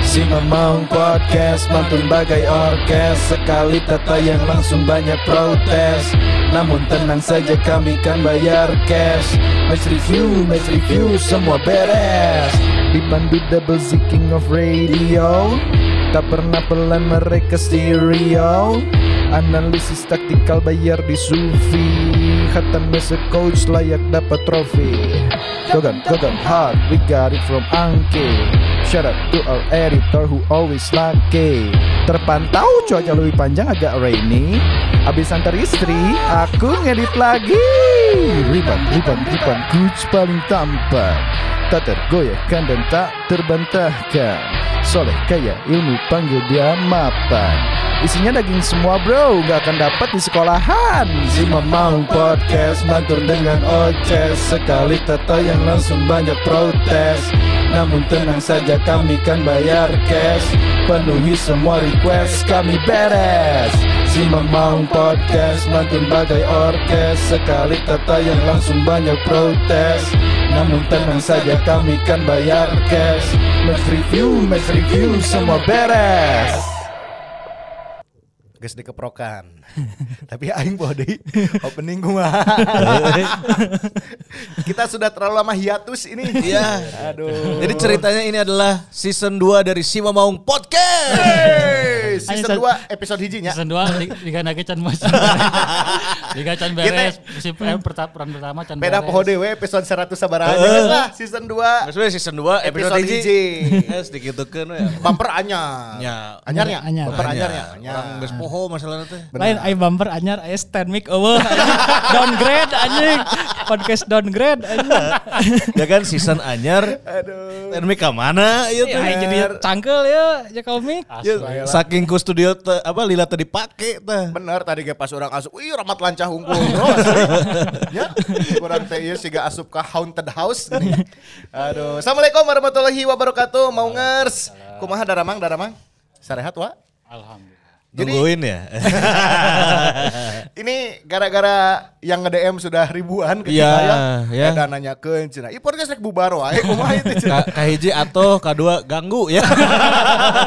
Si memang podcast mantun bagai orkes Sekali tata yang langsung banyak protes Namun tenang saja kami kan bayar cash Match review, match review, semua beres Dipandu double Z king of radio Tak pernah pelan mereka stereo Analisis taktikal bayar di Sufi Hatam as a coach layak dapat trofi Gogan, Gogan hard, we got it from Angke Shout out to our editor who always lucky Terpantau cuaca lebih panjang agak rainy Abis antar istri, aku ngedit lagi Ribbon, ribbon, ribbon, coach paling tampan Tak tergoyahkan dan tak terbantahkan Soleh kaya ilmu panggil dia mapan Isinya daging semua bro, nggak akan dapat di sekolahan Si Mamang Podcast, mantur dengan Oces Sekali tata yang langsung banyak protes Namun tenang saja kami kan bayar cash Penuhi semua request, kami beres Si Mamang Podcast, mantur bagai orkes Sekali tata yang langsung banyak protes namun tenang saja kami kan bayar cash Match review, match review, semua beres Ges dikeprokan Tapi aing body Opening gua Kita sudah terlalu lama hiatus ini Iya. Aduh Jadi ceritanya ini adalah season 2 dari Si Mamaung Podcast. Hey, Aing Season sa- 2 episode hijinya Season 2 Liga Nage Can Mas Liga Can beres Musim eh, perta- peran pertama Can Beda beres. poho dewe episode 100 sabaraha Jangan lah season 2 Maksudnya season 2 episode, Episode hiji. hiji. Ya sedikit teken we. Bumper anyar ya? Nya. Anyarnya Anyar. Bumper anyarnya Orang geus poho masalahnya teh. Lain ai bumper anyar ai stand mic eueuh anjing. downgrade anjing. Podcast downgrade anjing. Ya kan season anyar. Aduh Termi ka mana Iya, Ya, ieu ai jadi cangkel ya Jakob mic. Iya. Ya, saking ku studio teh apa lila tadi pake teh. Bener tadi ge pas orang asup Wih ramat lancah hungkul bro Ya Kurang teh ieu siga asup ka haunted house nih. Aduh Assalamualaikum warahmatullahi wabarakatuh Mau ngers Kumaha daramang daramang Sarehat wa Alhamdulillah. Jadi- Tungguin ya. Ini gara-gara yang nge-DM sudah ribuan ke Iya, kita ya. iya. Eta nanyakeun cenah. Ieu podcast rek bubar wae. Kumaha itu Ka, ka hiji atau kadua ganggu ya.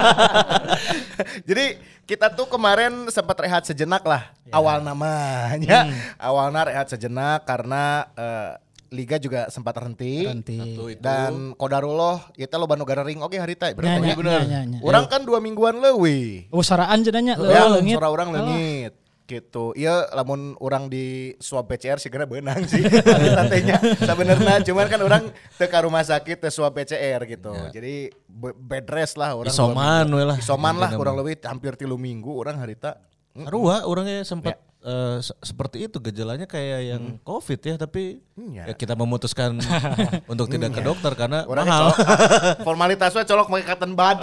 Jadi kita tuh kemarin sempat rehat sejenak lah Iya. awal namanya. Hmm. Awalnya rehat sejenak karena eh, liga juga sempat henti. Nanti. Dan Kodarullah ya kita lo Banu Gara Ring oke hari tadi. Nya, nya, Berarti bener. nya, nya, nya. Orang kan dua mingguan leuwih. Oh, saraan jenanya Ya, leueuh leungit. suara orang leungit gitu. Iya, lamun orang di swab PCR segera benang sih. Tantenya sebenarnya cuman kan orang teu ka rumah sakit teu swab PCR gitu. Jadi be- bed rest lah orang. Isoman kurang- we lah. Isoman lah Intinya kurang lebih hampir tilu minggu orang harita. hmm, Arwah orangnya sempat eh, se- seperti itu gejalanya kayak yang covid ya tapi Hmm, ya. ya kita memutuskan untuk tidak ke dokter karena Orang ah, mahal. colok, ah, formalitasnya colok pakai cotton bud.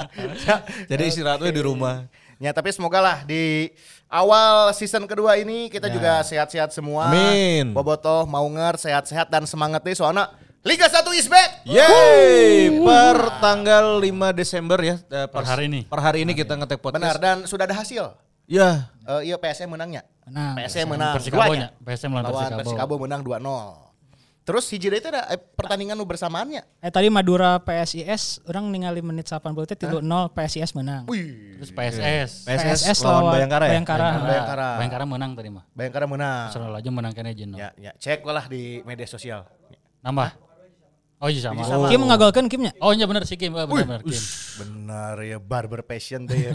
Jadi istirahatnya di rumah. Ya tapi semoga lah di awal season kedua ini kita juga sehat-sehat semua. Ya. Amin. Bobotoh, Maunger sehat-sehat dan semangat nih soalnya Liga 1 is back. Yeay, per tanggal 5 Desember ya. eh, Per hari ini. Per hari ini kita ngetek Benar podcast. dan sudah ada hasil. Ya, Eh, iya PSM menangnya. Menang. PSM menang. Persikabo Duanya. Nah, nya. PSM lawan Lawan Persikabo. Persikabo menang 2-0. Terus hiji deui teh ada eh, pertandingan nu bersamaannya. Eh tadi Madura PSIS orang ningali menit 80 teh 3-0 PSIS menang. Wih, Terus PSS. PSS lawan Bayangkara ya? Bayangkara. Bayangkara. Iya. Bayangkara menang tadi mah. Bayangkara menang. Selalu aja menang kene jeung nol. Ya, ya, cek lah di media sosial. Nambah. Oh iya sama. sama. Kim ngagolkan Kimnya. Oh iya benar si Kim, Eh, benar benar Kim. Benar ya barber passion teh ya.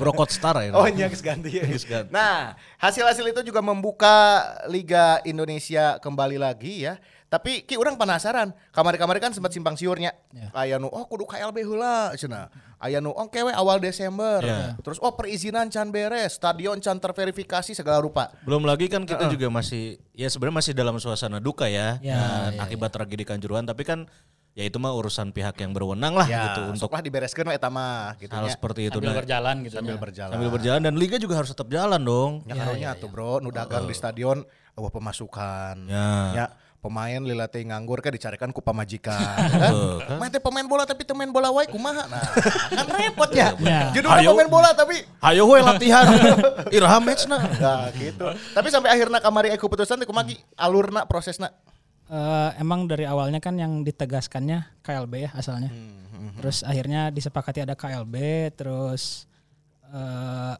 Brokot Star ya. Oh iya geus ganti ya. Geus ganti. Nah, hasil-hasil itu juga membuka Liga Indonesia kembali lagi ya. Tapi ki orang penasaran, kamari-kamari kan sempat simpang siurnya. Ya. Aya nu oh kudu KLB heula cenah. Aya nu oh kewe awal Desember. Ya. Terus oh perizinan can beres, stadion can terverifikasi segala rupa. Belum lagi kan kita juga masih ya sebenarnya masih dalam suasana duka ya. Nah, akibat tragedi Kanjuruhan tapi kan ya itu mah urusan pihak yang berwenang lah Ya, gitu untuk sok lah dibereskeun we eta mah gitu hal nya. seperti itu. Sambil Nah, berjalan gitu. Sambil ya. berjalan. sambil berjalan dan liga juga harus tetap jalan dong. Ya, karunya Iya, atuh bro, nu dagang di stadion eueuh pemasukan. Ya. Ya, pemain lila teh nganggur kan dicarikan ku pamajikan kan. Mah teh pemain bola tapi teu main bola wae kumaha. Nah, kan repotnya. Ya. Judulnya Hayo. pemain bola tapi Ayo we latihan. Irham match Nah, gitu. Tapi sampai akhirnya kamari eko putusan teh kumagi alurna prosesna. Eh eh, emang dari awalnya kan yang ditegaskannya KLB ya asalnya. Terus akhirnya disepakati ada KLB, terus eh,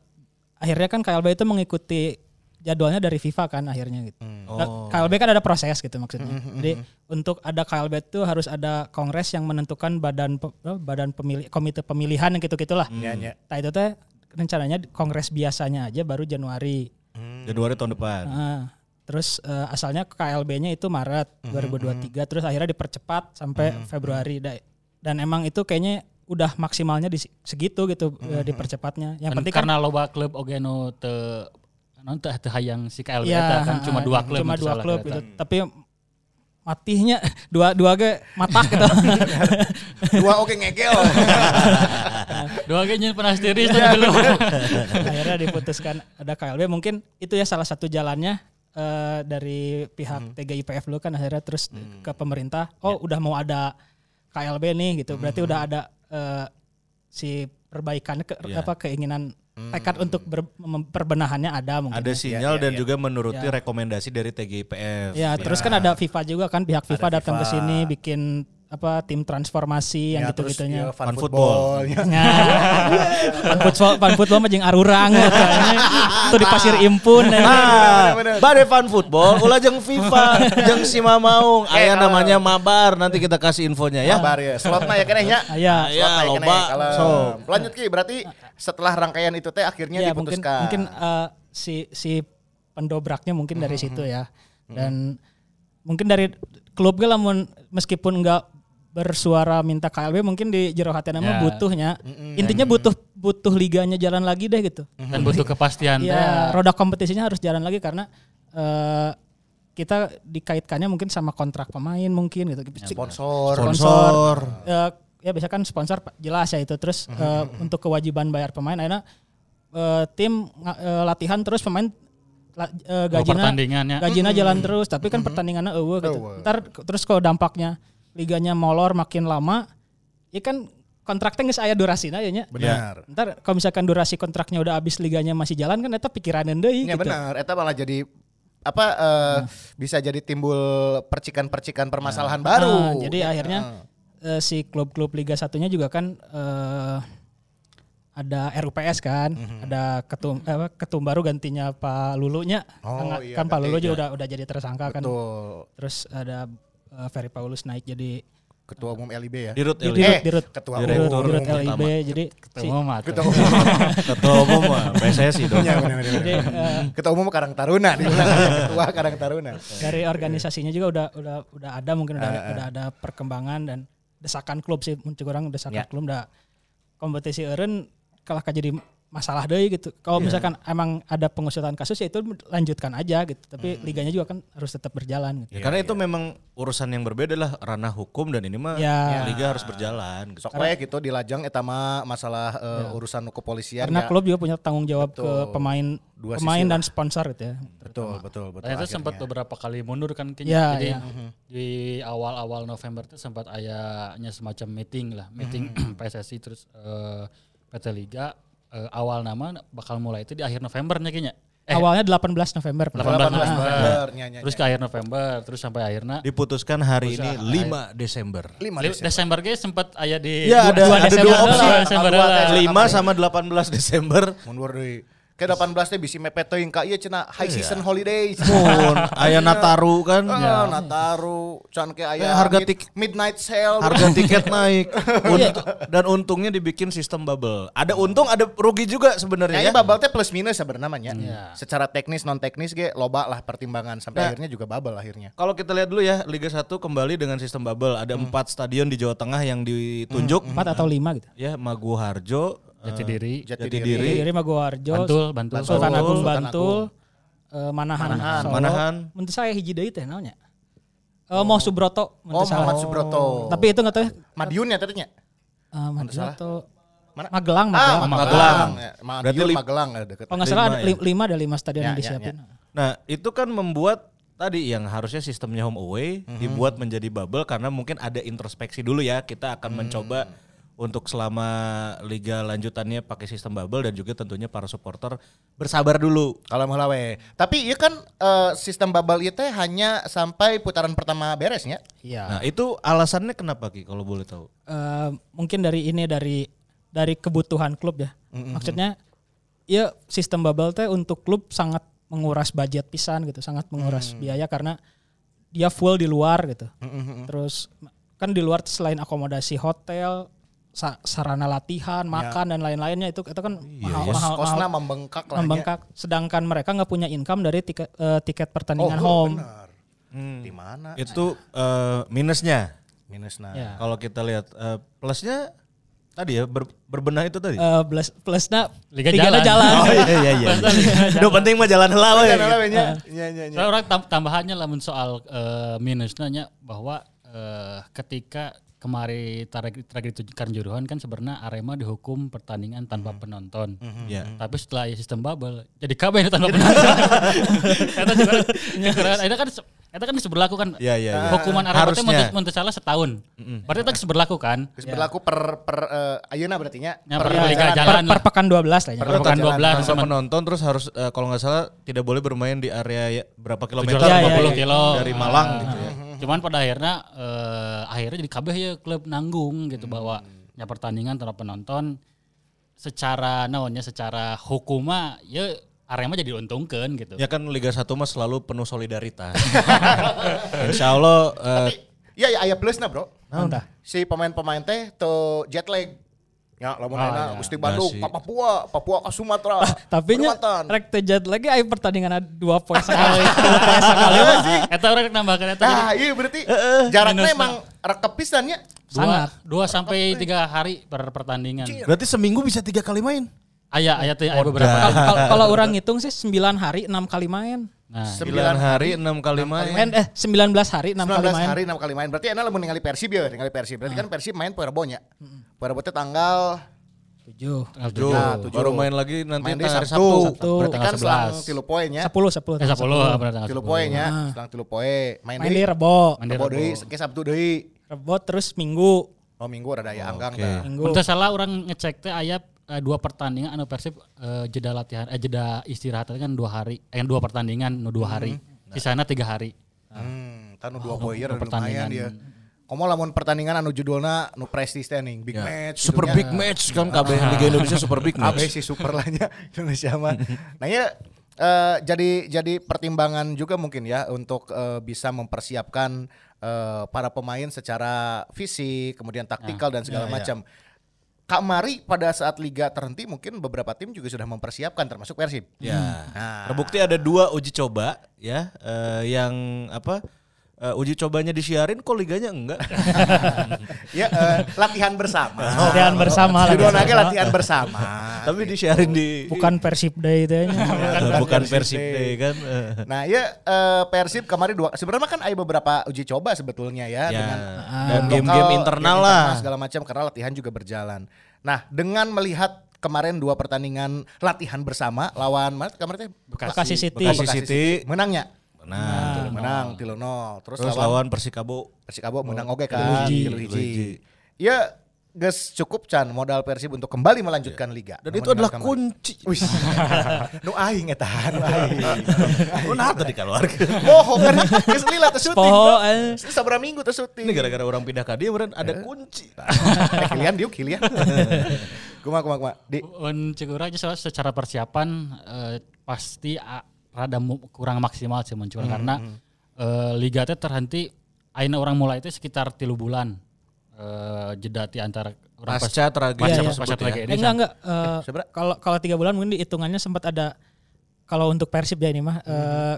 akhirnya kan KLB itu mengikuti jadwalnya dari FIFA kan akhirnya gitu. Nah, KLB kan ada proses gitu maksudnya. Jadi untuk ada KLB itu harus ada kongres yang menentukan badan pe- badan pemilih komite pemilihan gitu gitulah. Ya, ya. Nah itu teh rencananya di- kongres biasanya aja baru Januari. Hmm. Januari tahun depan. Nah, terus eh, asalnya KLB-nya itu Maret Mhm, 2023 terus akhirnya dipercepat sampai Februari Da- dan emang itu kayaknya udah maksimalnya di segitu gitu eh, dipercepatnya. Yang penting kan Mhm, karena loba klub oge nu teu anu, non teu teu hayang si KLB Iya, eta kan cuma dua klub cuma nu dua salah klub eta. gitu. Tapi matihnya dua dua ge matah gitu. Dua oke ngegel. Dua ge nyeun panas tiris Iya, tapi belum. Akhirnya diputuskan ada KLB mungkin itu ya salah satu jalannya eh, dari pihak TGIPF dulu kan akhirnya terus ke pemerintah, oh udah mau ada KLB nih gitu. Berarti udah ada eh, si perbaikan ke, Ya. apa keinginan tekad untuk ber- mem- perbenahannya ada mungkin. Ada ya. sinyal iya, dan iya. juga menuruti rekomendasi dari TGIPF. Ya, terus kan ada FIFA juga kan pihak FIFA datang ke sini bikin apa tim transformasi Ya, yang terus gitu-gitunya. ya, fun Fun football. football. Ya. pan futsal pan futsal mah jeung arurang eta. Itu di pasir impun. Ah, Nah, Bener, bener, bener. bade fan football, ulah jeung FIFA, jeung si Mamaung, Eh, aya kalau- namanya Mabar, nanti kita kasih infonya ya. Kabar ya, slotnya ya keneh nya. Aya. Slotnya Aya, ya keneh, loba. kalem. So. Lanjut Ki, berarti setelah rangkaian itu teh akhirnya Ya, mungkin diputuskan. mungkin eh, si si pendobraknya mungkin dari Mm-hmm. situ ya. Dan mungkin dari klub ge lamun meskipun enggak bersuara minta KLB mungkin di jero hati nama Ya. butuhnya. Intinya butuh butuh liganya jalan lagi deh gitu. Dan butuh kepastian. Iya, roda kompetisinya harus jalan lagi karena eh, kita dikaitkannya mungkin sama kontrak pemain mungkin gitu. Ya, sponsor. Mhm, Sponsor. Eh, ya biasa kan sponsor pa- jelas ya itu. Terus eh, untuk kewajiban bayar pemain akhirnya eh, tim nga- eh, latihan terus pemain la, eh, gajinya pertandingannya. gajinya Mhm. jalan terus tapi kan pertandingannya eueuh gitu. Ntar k- terus kalau dampaknya liganya molor makin lama ya kan kontraknya nggak saya durasinya ya nya. Benar. Ntar kalau misalkan durasi kontraknya udah habis liganya masih jalan kan eta pikiran deui Ya gitu. benar, eta malah jadi apa eh, bisa jadi timbul percikan-percikan permasalahan baru. Iya. Ah, jadi akhirnya eh, si klub-klub Liga Satunya juga kan eh, ada RUPS kan, Mhm. ada ketum apa, ketum baru gantinya Pak Lulunya. Oh, kan iya, kan Pak ganti, Lulu juga udah udah jadi tersangka kan. Tuh, Terus ada eh, Ferry Paulus naik jadi ketua umum LIB ya. Dirut di- LIB. dirut Eh, dirut ketua dirut- umum dirut pertama. LIB jadi si- Ketemu mah. Ketua umum. Ketua umum mah, PSSI dong. Ya, benar, benar, jadi, benar. eh, Ketua umum Karang Taruna dia bilang. ketua Karang Taruna. dari organisasinya juga udah udah udah ada mungkin Ah, udah udah ada perkembangan dan desakan klub sih muncul Ya. orang desakan klub udah kompetisi eureun kalah jadi masalah deh gitu. Kalau Iya. misalkan emang ada pengusutan kasus ya itu lanjutkan aja gitu. Tapi Hmm. liganya juga kan harus tetap berjalan gitu. Ya, karena itu memang urusan yang berbeda lah ranah hukum dan ini mah Ya. liga harus berjalan. Iya. gitu. Sok we gitu di Lajang eta mah masalah eh, urusan kepolisian ya. Karena klub juga punya tanggung jawab ke Betul. pemain Dua sisi pemain dan sponsor gitu ya. Betul, betul, betul. Ternyata Nah, sempat akhirnya. beberapa kali mundur kan kayaknya. Ya, Iya, Jadi iya. di awal-awal November itu sempat ayahnya semacam meeting lah, meeting PSSI terus eh, PT Liga eh, awal nama bakal mulai itu di akhir Novembernya kayaknya. Eh, Awalnya 18 November. 18 18 November, November. nya, nya, Terus ke akhir November, terus sampai akhirnya Diputuskan hari ini 5 Desember. Lima Li- Desember. Desember guys sempat ayah di Ya dua- ada dua ada Desember dua lah, opsi. dua Desember Dua lah. Desember. 5 sama 18 Desember. Mundur deui. Ke 18 teh bisi mepet teuing ka ieu cenah high Iya. season holiday. Mun aya Nataru kan. Ah, Nataru, can ke aya Eh, harga mid- tik- midnight sale. harga tiket naik Untu- dan untungnya dibikin sistem bubble ada untung ada rugi juga sebenarnya Kayaknya ya bubble teh plus minus sebenarnya namanya. Secara teknis non teknis ge loba lah pertimbangan sampai akhirnya juga bubble akhirnya. kalau kita lihat dulu ya Liga 1 kembali dengan sistem bubble ada empat stadion di Jawa Tengah yang ditunjuk 4 atau 5 gitu. ya Magu Harjo Jati diri, Jati Jati diri. Diri Jadi Maguwarjo, Bantul, Bantul. Sultan Agung Sultan Bantul, eh, Manahan, Solo. Manahan. Menurut saya hiji deui teh naonnya? Eh, Mau Subroto, Oh, menurut saya. Muhammad Subroto. Tapi itu nggak tahu ya. Madiun ya tadinya. eh, Subroto. Mana? Magelang, Magelang. Ah, Magelang. Magelang. Ya, Berarti Madiun li- Magelang eh, deket. Kalau nggak salah Lima ada ya? li- lima ada lima stadion Ya, yang ya, disiapin. nah itu kan membuat tadi yang harusnya sistemnya home away dibuat menjadi bubble karena mungkin ada introspeksi dulu ya kita akan mencoba untuk selama liga lanjutannya pakai sistem bubble dan juga tentunya para supporter bersabar dulu. Kalau mau lawe. Tapi iya kan eh, sistem bubble itu hanya sampai putaran pertama beresnya. Iya. Nah, itu alasannya kenapa Ki kalau boleh tahu? eh, mungkin dari ini dari dari kebutuhan klub ya. Maksudnya ya sistem bubble teh untuk klub sangat menguras budget pisan gitu, sangat Mm. menguras biaya karena dia full di luar gitu. Terus kan di luar selain akomodasi hotel, sa- sarana Ya. latihan, makan dan lain-lainnya itu itu kan mahal, Kos- mahal, Kosna mahal- membengkak lah. membengkak. Sedangkan mereka nggak punya income dari tiket eh, Oh, tiket pertandingan home. benar. Di mana? Itu eh, minusnya. Minusnya. Iya. Kalau kita lihat eh, plusnya tadi ya ber- berbenah itu tadi. Eh, plus plusnya Liga tigana jalan. jalan. Oh iya iya iya. Duh penting mah jalan heula we. Karena lawannya, nya, nya, nya. Soalnya orang tam- tambahannya lamun soal eh, minusnya nya bahwa eh, ketika kemarin tragedi tragedi Tuj- Kanjuruhan kan sebenarnya Arema dihukum pertandingan tanpa penonton. Ya. Tapi setelah ya sistem bubble jadi KB ini tanpa penonton. Eta juga itu kan se- eta kan berlaku kan. Iya, iya, iya. Hukuman Arema itu Harusnya. mun teu salah setahun. Berarti itu geus berlaku kan? Terus berlaku per per eh, ayeuna berarti nya. Ya, Per- per- Ya, Liga per- jalan per lah. pekan 12 lah ya. Per- Bukan 12 Tanpa cuman penonton terus harus eh, kalau nggak salah tidak boleh bermain di area ya- berapa kilometer 750 Iya, iya, iya. kilo dari Malang Ah. gitu ya. Cuman pada akhirnya eh, akhirnya jadi kabeh ya klub nanggung gitu Hmm. bahwa ya pertandingan tanpa penonton secara naonnya secara hukuma ya Arema jadi diuntungkan gitu. Ya kan Liga 1 mah selalu penuh solidaritas. Insya Allah eh, Iya ya aya plusna, Bro. Nah, Naon tah? Si pemain-pemain teh tuh jet lag. Ya, lamun Ah, ayeuna iya. Ah, Gusti Bandung, Masih. pa Papua, Papua ke Sumatera. Tapi nya Kalimantan. Nah, rek teu jad lagi ayo pertandingan ada dua poin sekali. Dua poin sekali. Eta orang nambahkan eta gitu. jadi Eh, Nah, iya berarti jaraknya minusna. emang rekep pisan nya. dua, sangat. dua sampai tiga hari per pertandingan. berarti seminggu bisa tiga kali main. Ayah ayah teh aya beberapa. Kal- Nah. kal- Kalau orang ngitung sih 9 hari 6 kali main. Nah, 9 hari 6 kali Main main. eh 19 hari 6 kali 19 main. hari 6 kali main. Berarti enak lamun ningali Persib ya, ningali Persib. Ah. Berarti kan Persib main poe Rebo nya. Poe Rebo teh tanggal 7. tanggal Duh, Nah, tujuh. baru main lagi nanti main di tanggal hari Sabtu. Sabtu. Sabtu. Berarti kan Tanggal selang 11. tilu poe nya. 10 10. Eh, 10 benar tanggal Tilu 10. poe nya, selang tilu poe. Main Main di di Rebo. Mandi Rebo Rebo. deui, ke Sabtu deui. Rebo terus Minggu. Oh Minggu rada aya anggang oke. tah. Minggu. Nah, Untuk salah orang ngecek teh ayah eh, dua pertandingan anu Persib eh, jeda latihan eh jeda istirahat tadi kan dua hari eh dua pertandingan nu dua hari. Sisana tiga hari. Hmm, tanu dua poe ieu rada pertandingan. lumayan dia. Komo lamun pertandingan anu judulna nu prestige teh ning big Ya. match. gitu Super judulnya. big match kan KB Liga Indonesia Super big Abe match. si super lahnya Indonesia mah. Nah ya eh, jadi jadi pertimbangan juga mungkin ya untuk eh, bisa mempersiapkan eh, para pemain secara fisik, kemudian taktikal Ah. dan Ya, segala macam. Kamari pada saat liga terhenti mungkin beberapa tim juga sudah mempersiapkan termasuk Persib. Ya. Nah. Terbukti ada dua uji coba ya eh, yang apa eh, uji cobanya disiarin kok liganya enggak. ya eh, latihan bersama. Latihan bersama, Judulnya latihan ge latihan bersama. Tapi disiarin di Bukan Persib Day itu ya. nya. Eh, bukan Persib Persib Day. Day kan. eh. Nah ya eh, Persib kemarin dua sebenarnya kan ada beberapa uji coba sebetulnya ya, Ya, dengan dan lokal, game-game internal game lah. segala macam karena latihan juga berjalan. Nah dengan melihat kemarin dua pertandingan latihan bersama lawan mana kemarin teh Bekasi City. Bekasi City. menangnya Nah, menang tilu nol terus, terus lawan, lawan Persikabo Oh, Persikabo menang Iya, oke kan hiji. tilu Tilu hiji. hiji. Ya geus cukup can modal Persib untuk kembali melanjutkan liga. Iya. dan Namun itu adalah dengan kamari- kunci. Iya. Wih, nu aing eta, nu aing. Benar tadi keluarga. Poho kan geus lila teh syuting. Poho, bro. eh. Geus Sabaraha minggu teh syuting. Ini gara-gara orang pindah ke dia beneran ada kunci. Eh, Kilian diuk kilian. Kumaha kumaha kumaha. Di Un cukur aja soal secara persiapan eh, pasti a- rada mu- kurang maksimal sih muncul karena eh, liga teh terhenti aina orang mulai itu sekitar tilu bulan eh, jeda ti antara orang pas- Pasca tragedi pasca, Iya, pasca tersebut ya. tragedi Eh, enggak enggak. Eh, seberapa? kalau kalau tiga bulan mungkin dihitungannya sempat ada kalau untuk Persib ya ini mah eh,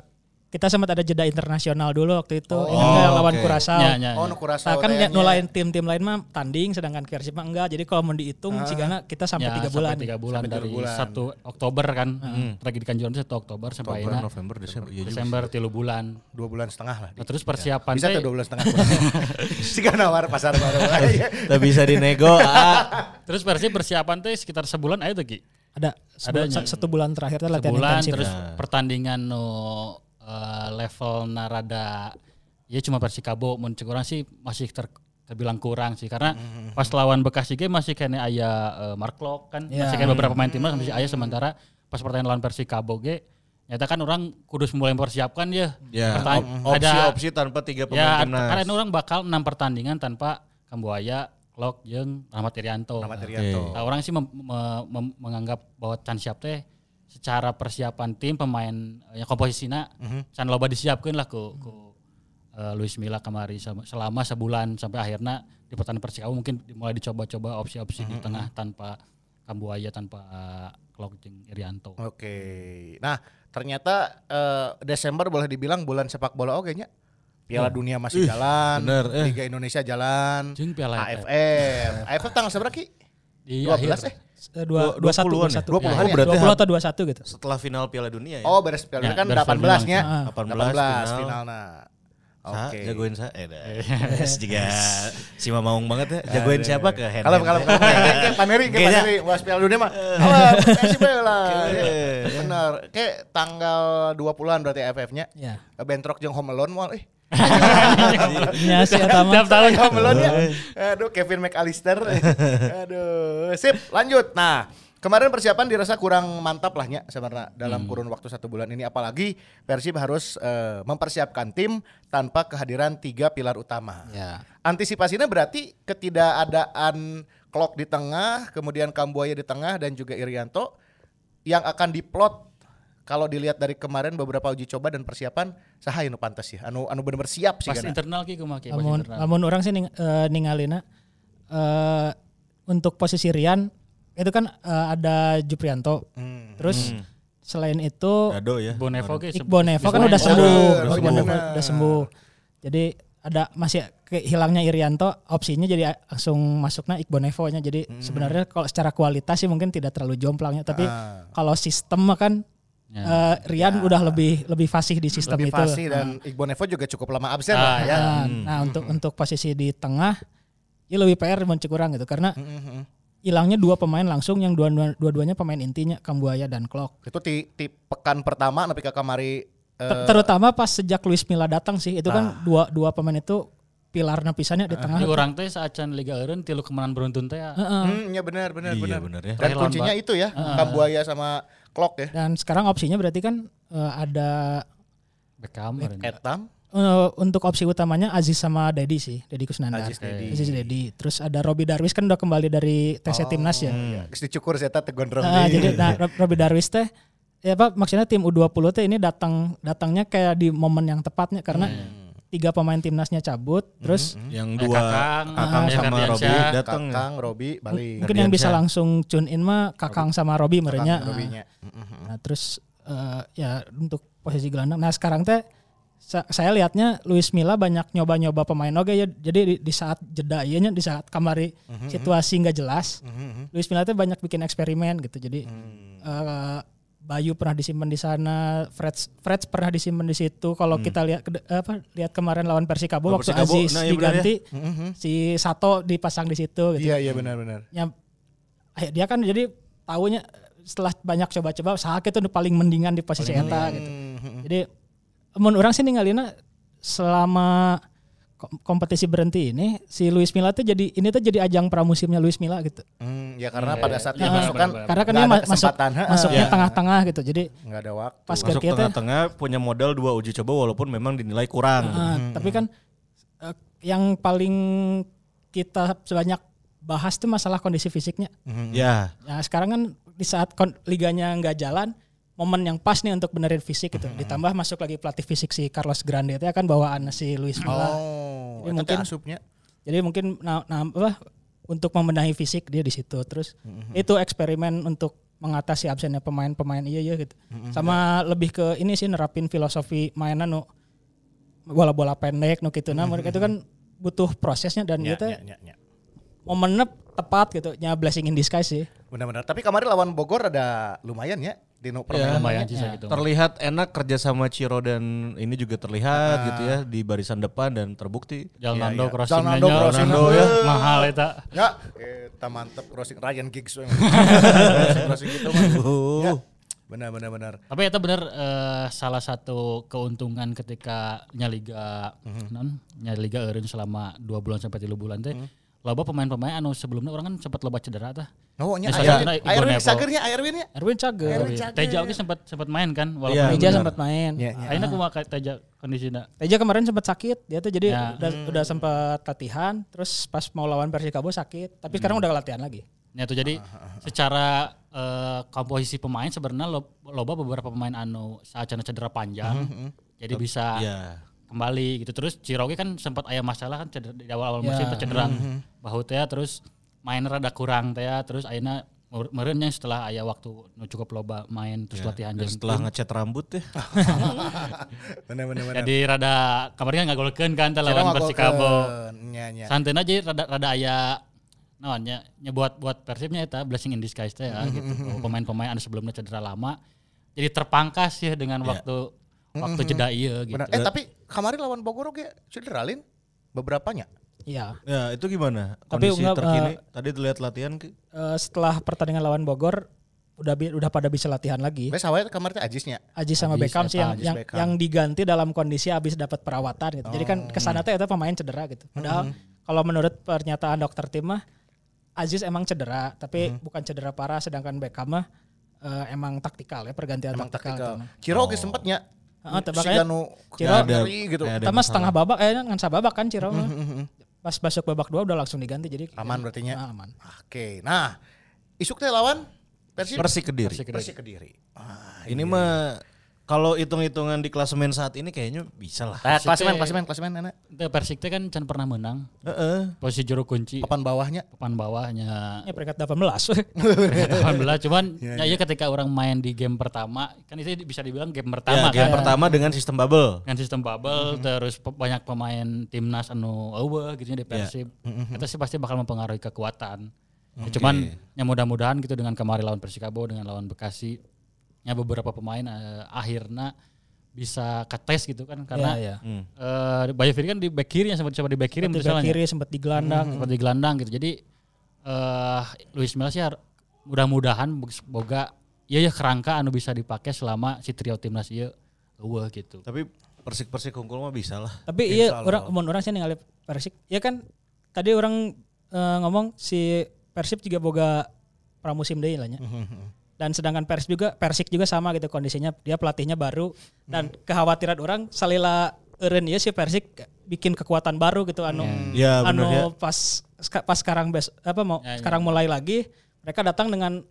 kita sempat ada jeda internasional dulu waktu itu ingat nggak lawan oke. Kurasau. Ya, ya, oh ya. nu kurasa Nah, kan teh ya, nulain tim-tim lain mah tanding sedangkan Persib mah enggak. Jadi kalau mau dihitung cigana kita sampai Ya, tiga bulan. tiga bulan Sampai tiga dari bulan. satu Oktober kan tragedi kanjuruhan itu satu Oktober sampai Oktober, akhirnya November, Desember. Iya juga. Desember tilu bulan dua bulan setengah lah. Di. nah, terus persiapan Bisa teh tuh dua bulan setengah. Siga nawar pasar baru. Iya. Tapi bisa dinego. ah. terus versi persiapan teh sekitar sebulan aja tuh ki Ada sebulan, Adanya. satu bulan terakhir tuh latihan sebulan intensif. terus Iya. pertandingan no eh, level narada ya cuma Persikabo mun cek orang sih masih ter terbilang kurang sih karena Mm-hmm. pas lawan Bekasi G masih kayaknya aya eh, Mark Lok kan Ya. masih kayaknya beberapa pemain Mm-hmm. timnas masih aya sementara pas pertandingan lawan Persikabo G nyata kan orang kudus mulai mempersiapkan ya Ya, Pertan- op- ada- opsi-opsi tanpa tiga ya pemain timnas. karena orang bakal enam pertandingan tanpa Kambuaya Lok jeung Rahmat Irianto Rahmat Irianto. Nah, orang sih mem- me- mem- menganggap bahwa Chan Siap teh secara persiapan tim pemain eh, yang komposisinya Chan loba disiapkan lah ku, ku eh, Luis Milla kemari sama- selama sebulan sampai akhirnya di pertandingan Persikabo mungkin mulai dicoba-coba opsi-opsi di tengah tanpa Kambuaya tanpa eh, Klok jeung Irianto. Oke. Nah, ternyata eh, Desember boleh dibilang bulan sepak bola oke nya. Piala Dunia masih jalan, bener, eh. Liga Indonesia jalan, Jeung Piala Iya, AFF AFF. AFF tanggal seberapa Ki? di 12 eh. Eh, dua, dua satu 20-an dua ya? satu 20-an Ya, ya? Berarti 20 atau dua satu gitu Setelah final Piala Dunia ya. Oh, beres Piala Dunia Ya, kan beres Piala 18 nya. Dunia. 18 18, final. final nah. Sa, Oke. jagoin saya. Eh, dah. Yes, juga si Mamaung banget ya. Jagoin siapa ke Hen? Kalau kalau kalau kayak Paneri, kayak ya. Kayaknya- Paneri, was Piala Dunia mah. Alah, kasih lah. Kayak- Bener. Kayak tanggal 20-an berarti AFF-nya. ya Bentrok jeung Home Alone mau eh. ya sih Atama. Tiap tahun Home Alone ya. Aduh, Kevin McAllister. Aduh, sip, lanjut. Nah, Kemarin persiapan dirasa kurang mantap lah Nya sebenarnya dalam kurun waktu satu bulan ini apalagi Persib harus eh, mempersiapkan tim tanpa kehadiran tiga pilar utama. Ya. Antisipasinya berarti ketidakadaan Klok di tengah, kemudian Kambuaya di tengah dan juga Irianto yang akan diplot kalau dilihat dari kemarin beberapa uji coba dan persiapan saha anu pantas sih anu anu bener-bener siap sih Pas kan. internal ki kumaha ki pas Lamun, internal. lamun orang sih ning, eh, ningalina eh, untuk posisi Rian itu kan eh, ada Juprianto. Terus Hmm. selain Oh, itu Dado ya. Bonevo ki Iqbal Nevo kan Bonevo. udah sembuh. udah Iqbal Nevo sembuh. udah sembuh. Jadi ada masih ke- hilangnya Irianto opsinya jadi a- langsung masuknya Iqbal Nevo-nya. Jadi Hmm. sebenarnya kalau secara kualitas sih mungkin tidak terlalu jomplangnya tapi Ah. kalau sistem mah kan eh, Rian udah lebih lebih fasih di sistem Ya. Lebih itu. Ah. fasih dan Iqbal Nevo juga cukup lama absen lah ya. Nah, nah, untuk untuk posisi di tengah ya lebih PR mencek kurang gitu karena hilangnya dua pemain langsung yang dua- dua- duanya pemain intinya Kambuaya dan Klok. Itu ti, ti pekan pertama tapi ke kamari eh, Ter- terutama pas sejak Luis Milla datang sih itu Ah. kan dua dua pemain itu pilar napisannya di tengah. Jadi orang teh saat Chan Liga Eureun tilu kemenangan beruntun teh ya. Ah. hmm, ya benar benar Iya, benar. benar ya. Dan Terakhir lawan kuncinya Ba- itu ya, Kambuaya sama Klok ya. Dan sekarang opsinya berarti kan eh, ada Beckham Eureun. Etam, eh, untuk opsi utamanya Aziz sama Dedi sih, Dedi Kusnandar. Aziz Dedi. eh, Oh, Aziz Dedi. Terus ada Robi Darwis kan udah kembali dari TC Timnas ya. geus dicukur saya teh gondrong Ah, deui. jadi nah, Rob- Robby Darwis teh ya apa maksudnya tim U20 teh ini datang datangnya kayak di momen yang tepatnya karena Hmm. tiga pemain timnasnya cabut terus Hmm. Yang Eh, dua Kakang, Kakang ah, sama Ferdiansyah, Robi datang. Kakang, Robi, balik. mungkin yang bisa Ferdiansyah. langsung tune in mah Kakang sama Robi hmm. merenya. Kakang, Robinya. Nah, terus eh, ya untuk posisi gelandang. Nah, sekarang teh sa- saya lihatnya Luis Milla banyak nyoba-nyoba pemain oke ya. Jadi di, di saat jeda ianya di saat kamari Mm-hmm. situasi nggak jelas, Luis Milla teh banyak bikin eksperimen gitu. Jadi Mm. eh, Bayu pernah disimpan di sana, Fred Fred pernah disimpan di situ. Kalau kita lihat kede- apa lihat kemarin lawan Persikabo Mm. Lawan waktu Persikabo, Aziz nah, iya benar ya. diganti, si Sato dipasang di situ gitu Iya, iya benar-benar. ya eh, dia kan jadi tahunya setelah banyak coba-coba Sahak itu udah paling mendingan di posisi eta gitu. Mm-hmm, Jadi mun orang sih ninggalina selama kom- kompetisi berhenti ini si Luis Milla tuh jadi ini tuh jadi ajang pramusimnya Luis Milla gitu. Hmm, ya karena pada saat dia Nah, masuk kan karena kan nggak dia ada ma- masuk kesempatan, heeh. masuknya Iya. tengah-tengah gitu. Jadi nggak ada waktu. pas masuk ke kita tengah-tengah punya modal dua uji coba walaupun memang dinilai Ah. kurang. Nah, tapi kan eh, yang paling kita sebanyak bahas tuh masalah kondisi fisiknya. Ya. Nah sekarang kan di saat kon- liganya nggak jalan, momen yang pas nih untuk benerin fisik Hmm. gitu. Ditambah masuk lagi pelatih fisik si Carlos Grande itu kan bawaan si Luis Milla. Oh, Jadi itu mungkin- teh asupnya. Jadi mungkin na- na- apa, untuk membenahi fisik dia di situ. Terus Hmm. itu eksperimen untuk mengatasi absennya pemain-pemain iya iya gitu. Hmm. Sama lebih ke ini sih nerapin filosofi mainan nu bola-bola pendek nu gitu. Nah mereka itu kan butuh prosesnya dan Hmm. Ya, gitu ya, ya, ya. momennya tepat gitu. Ya blessing in disguise sih. Benar-benar. Tapi kemarin lawan Bogor ada lumayan ya di no permainan. lumayan sih saya gitu. Terlihat enak kerja sama Ciro dan ini juga terlihat gitu ya di barisan depan dan terbukti. Ya, Iya, Jalan Ah. Nando iya. crossing Jalan Nando crossing. ya. Eh. Heuh. Mahal eta. Ya, kita mantep crossing Ryan Giggs we. crossing, crossing gitu mah. Ya. Benar benar benar. Tapi itu benar eh, salah satu keuntungan ketika nya liga Mhm. non nya liga eureun selama dua bulan sampai tiga bulan teh Mhm. loba pemain-pemain anu sebelumnya orang kan sempat loba cedera tah. Ngawanya Ya, Airwin, salah satunya Igor Airwin Neville. sagernya Airwin ya. Erwin Cager. Tapi Teja oke sempat sempat main kan ya. Iya, walaupun Teja benar. sempat main. Iya, iya. akhirnya kumaha ka Teja kondisinya. Teja kemarin sempat sakit, dia tuh jadi Ya. udah, udah sempat latihan, terus pas mau lawan Persikabo sakit, Hmm. tapi sekarang udah latihan lagi. Ya tuh Ah, jadi secara eh, komposisi pemain sebenarnya lo- loba beberapa pemain anu saat cedera panjang. Jadi bisa Mhm, Iya. kembali gitu terus Ciroge kan sempat ayah masalah kan cedera, di awal-awal Ya. musim tuh cedera bahu teh ya. terus main rada kurang teh ya. terus akhirnya mer- meureunnya setelah ayah waktu nu cukup loba main terus latihan Dan jeung setelah tim. ngecat rambut ya. Benar benar benar. jadi rada kemarin kan ngagolkeun kan teh Cedera lawan mah Persikabo golkeun. Nya nya. santai aja rada rada aya naonnya nya buat buat persibnya eta blessing in disguise teh ya gitu Bahwa pemain-pemain anu sebelumnya cedera lama jadi terpangkas ya dengan waktu waktu jeda iya gitu Benar. Eh tapi kemarin lawan Bogor oke cedera lin beberapanya. Iya. Ya itu gimana? Tapi Kondisi eh, enggak, terkini. Tadi lihat latihan ke- Eh, setelah pertandingan lawan Bogor udah bi- udah pada bisa latihan lagi. Wes awalnya kemarin teh ajisnya. Aji sama Ajis, Beckham sih Eta, yang Ajis yang, ya, Beckham. Oh. yang diganti dalam kondisi habis dapat perawatan gitu. Jadi kan kesana teh itu pemain cedera Hmm. gitu. Padahal kalau menurut pernyataan dokter tim mah Aziz emang cedera, tapi Hmm. bukan cedera parah sedangkan Beckham mah eh, emang taktikal ya pergantian Emang taktikal. taktikal. Taktikal. Ciro oke sempatnya. Ah, teh, Si makanya Ganu Ciro- Ciro ngeri gitu. kayak ada Pertama masalah. setengah babak eh ngan sababak kan Ciro. mah. Pas masuk babak dua udah langsung diganti jadi Aman ya. berarti nya. Ah, aman. Oke. Nah, isuk teh lawan Persib Persik Kediri. Persik. Persik Kediri. Ah, Ini mah kalau hitung-hitungan di klasemen saat ini kayaknya bisa lah. Nah, klasemen, klasemen, klasemen, anak. Teh Persik teh kan can pernah menang Heeh. posisi juru kunci Papan bawahnya. papan bawahnya Ya peringkat 18. 18 cuman ya, iya ketika orang main di game pertama kan itu bisa dibilang game Ya, pertama game kan pertama dengan sistem bubble. dengan sistem bubble terus pe- banyak pemain timnas anu eueuh gitu ya di Persib itu sih pasti bakal mempengaruhi kekuatan Ya, cuman ya mudah-mudahan gitu dengan kemarin lawan Persikabo dengan lawan Bekasi ya beberapa pemain eh, akhirnya bisa ketes gitu kan Ya, karena ya. Hmm. eh, Bayu Firi kan di back kiri yang sempat coba di back kiri Sempat di misalnya. bek kiri sempat digelandang. seperti gelandang gitu. Jadi eh Luis Milla sih har- mudah-mudahan bog- boga ya ya kerangka anu bisa dipakai selama si trio timnas ieu eueuh gitu. Tapi Persik-Persik Hungkul mah bisa lah. Tapi iya orang mun orang sih ningali Persik. Ya kan tadi orang eh, ngomong si Persib juga boga pramusim deui lah nya. Hmm. Dan sedangkan Persik juga Persik juga sama gitu kondisinya dia pelatihnya baru dan kekhawatiran orang salila eureun ieu si Persik bikin kekuatan baru gitu anu Ya, Iya, anu bener ya. pas ska- pas sekarang bes, apa mau Ya, ya. sekarang mulai lagi mereka datang dengan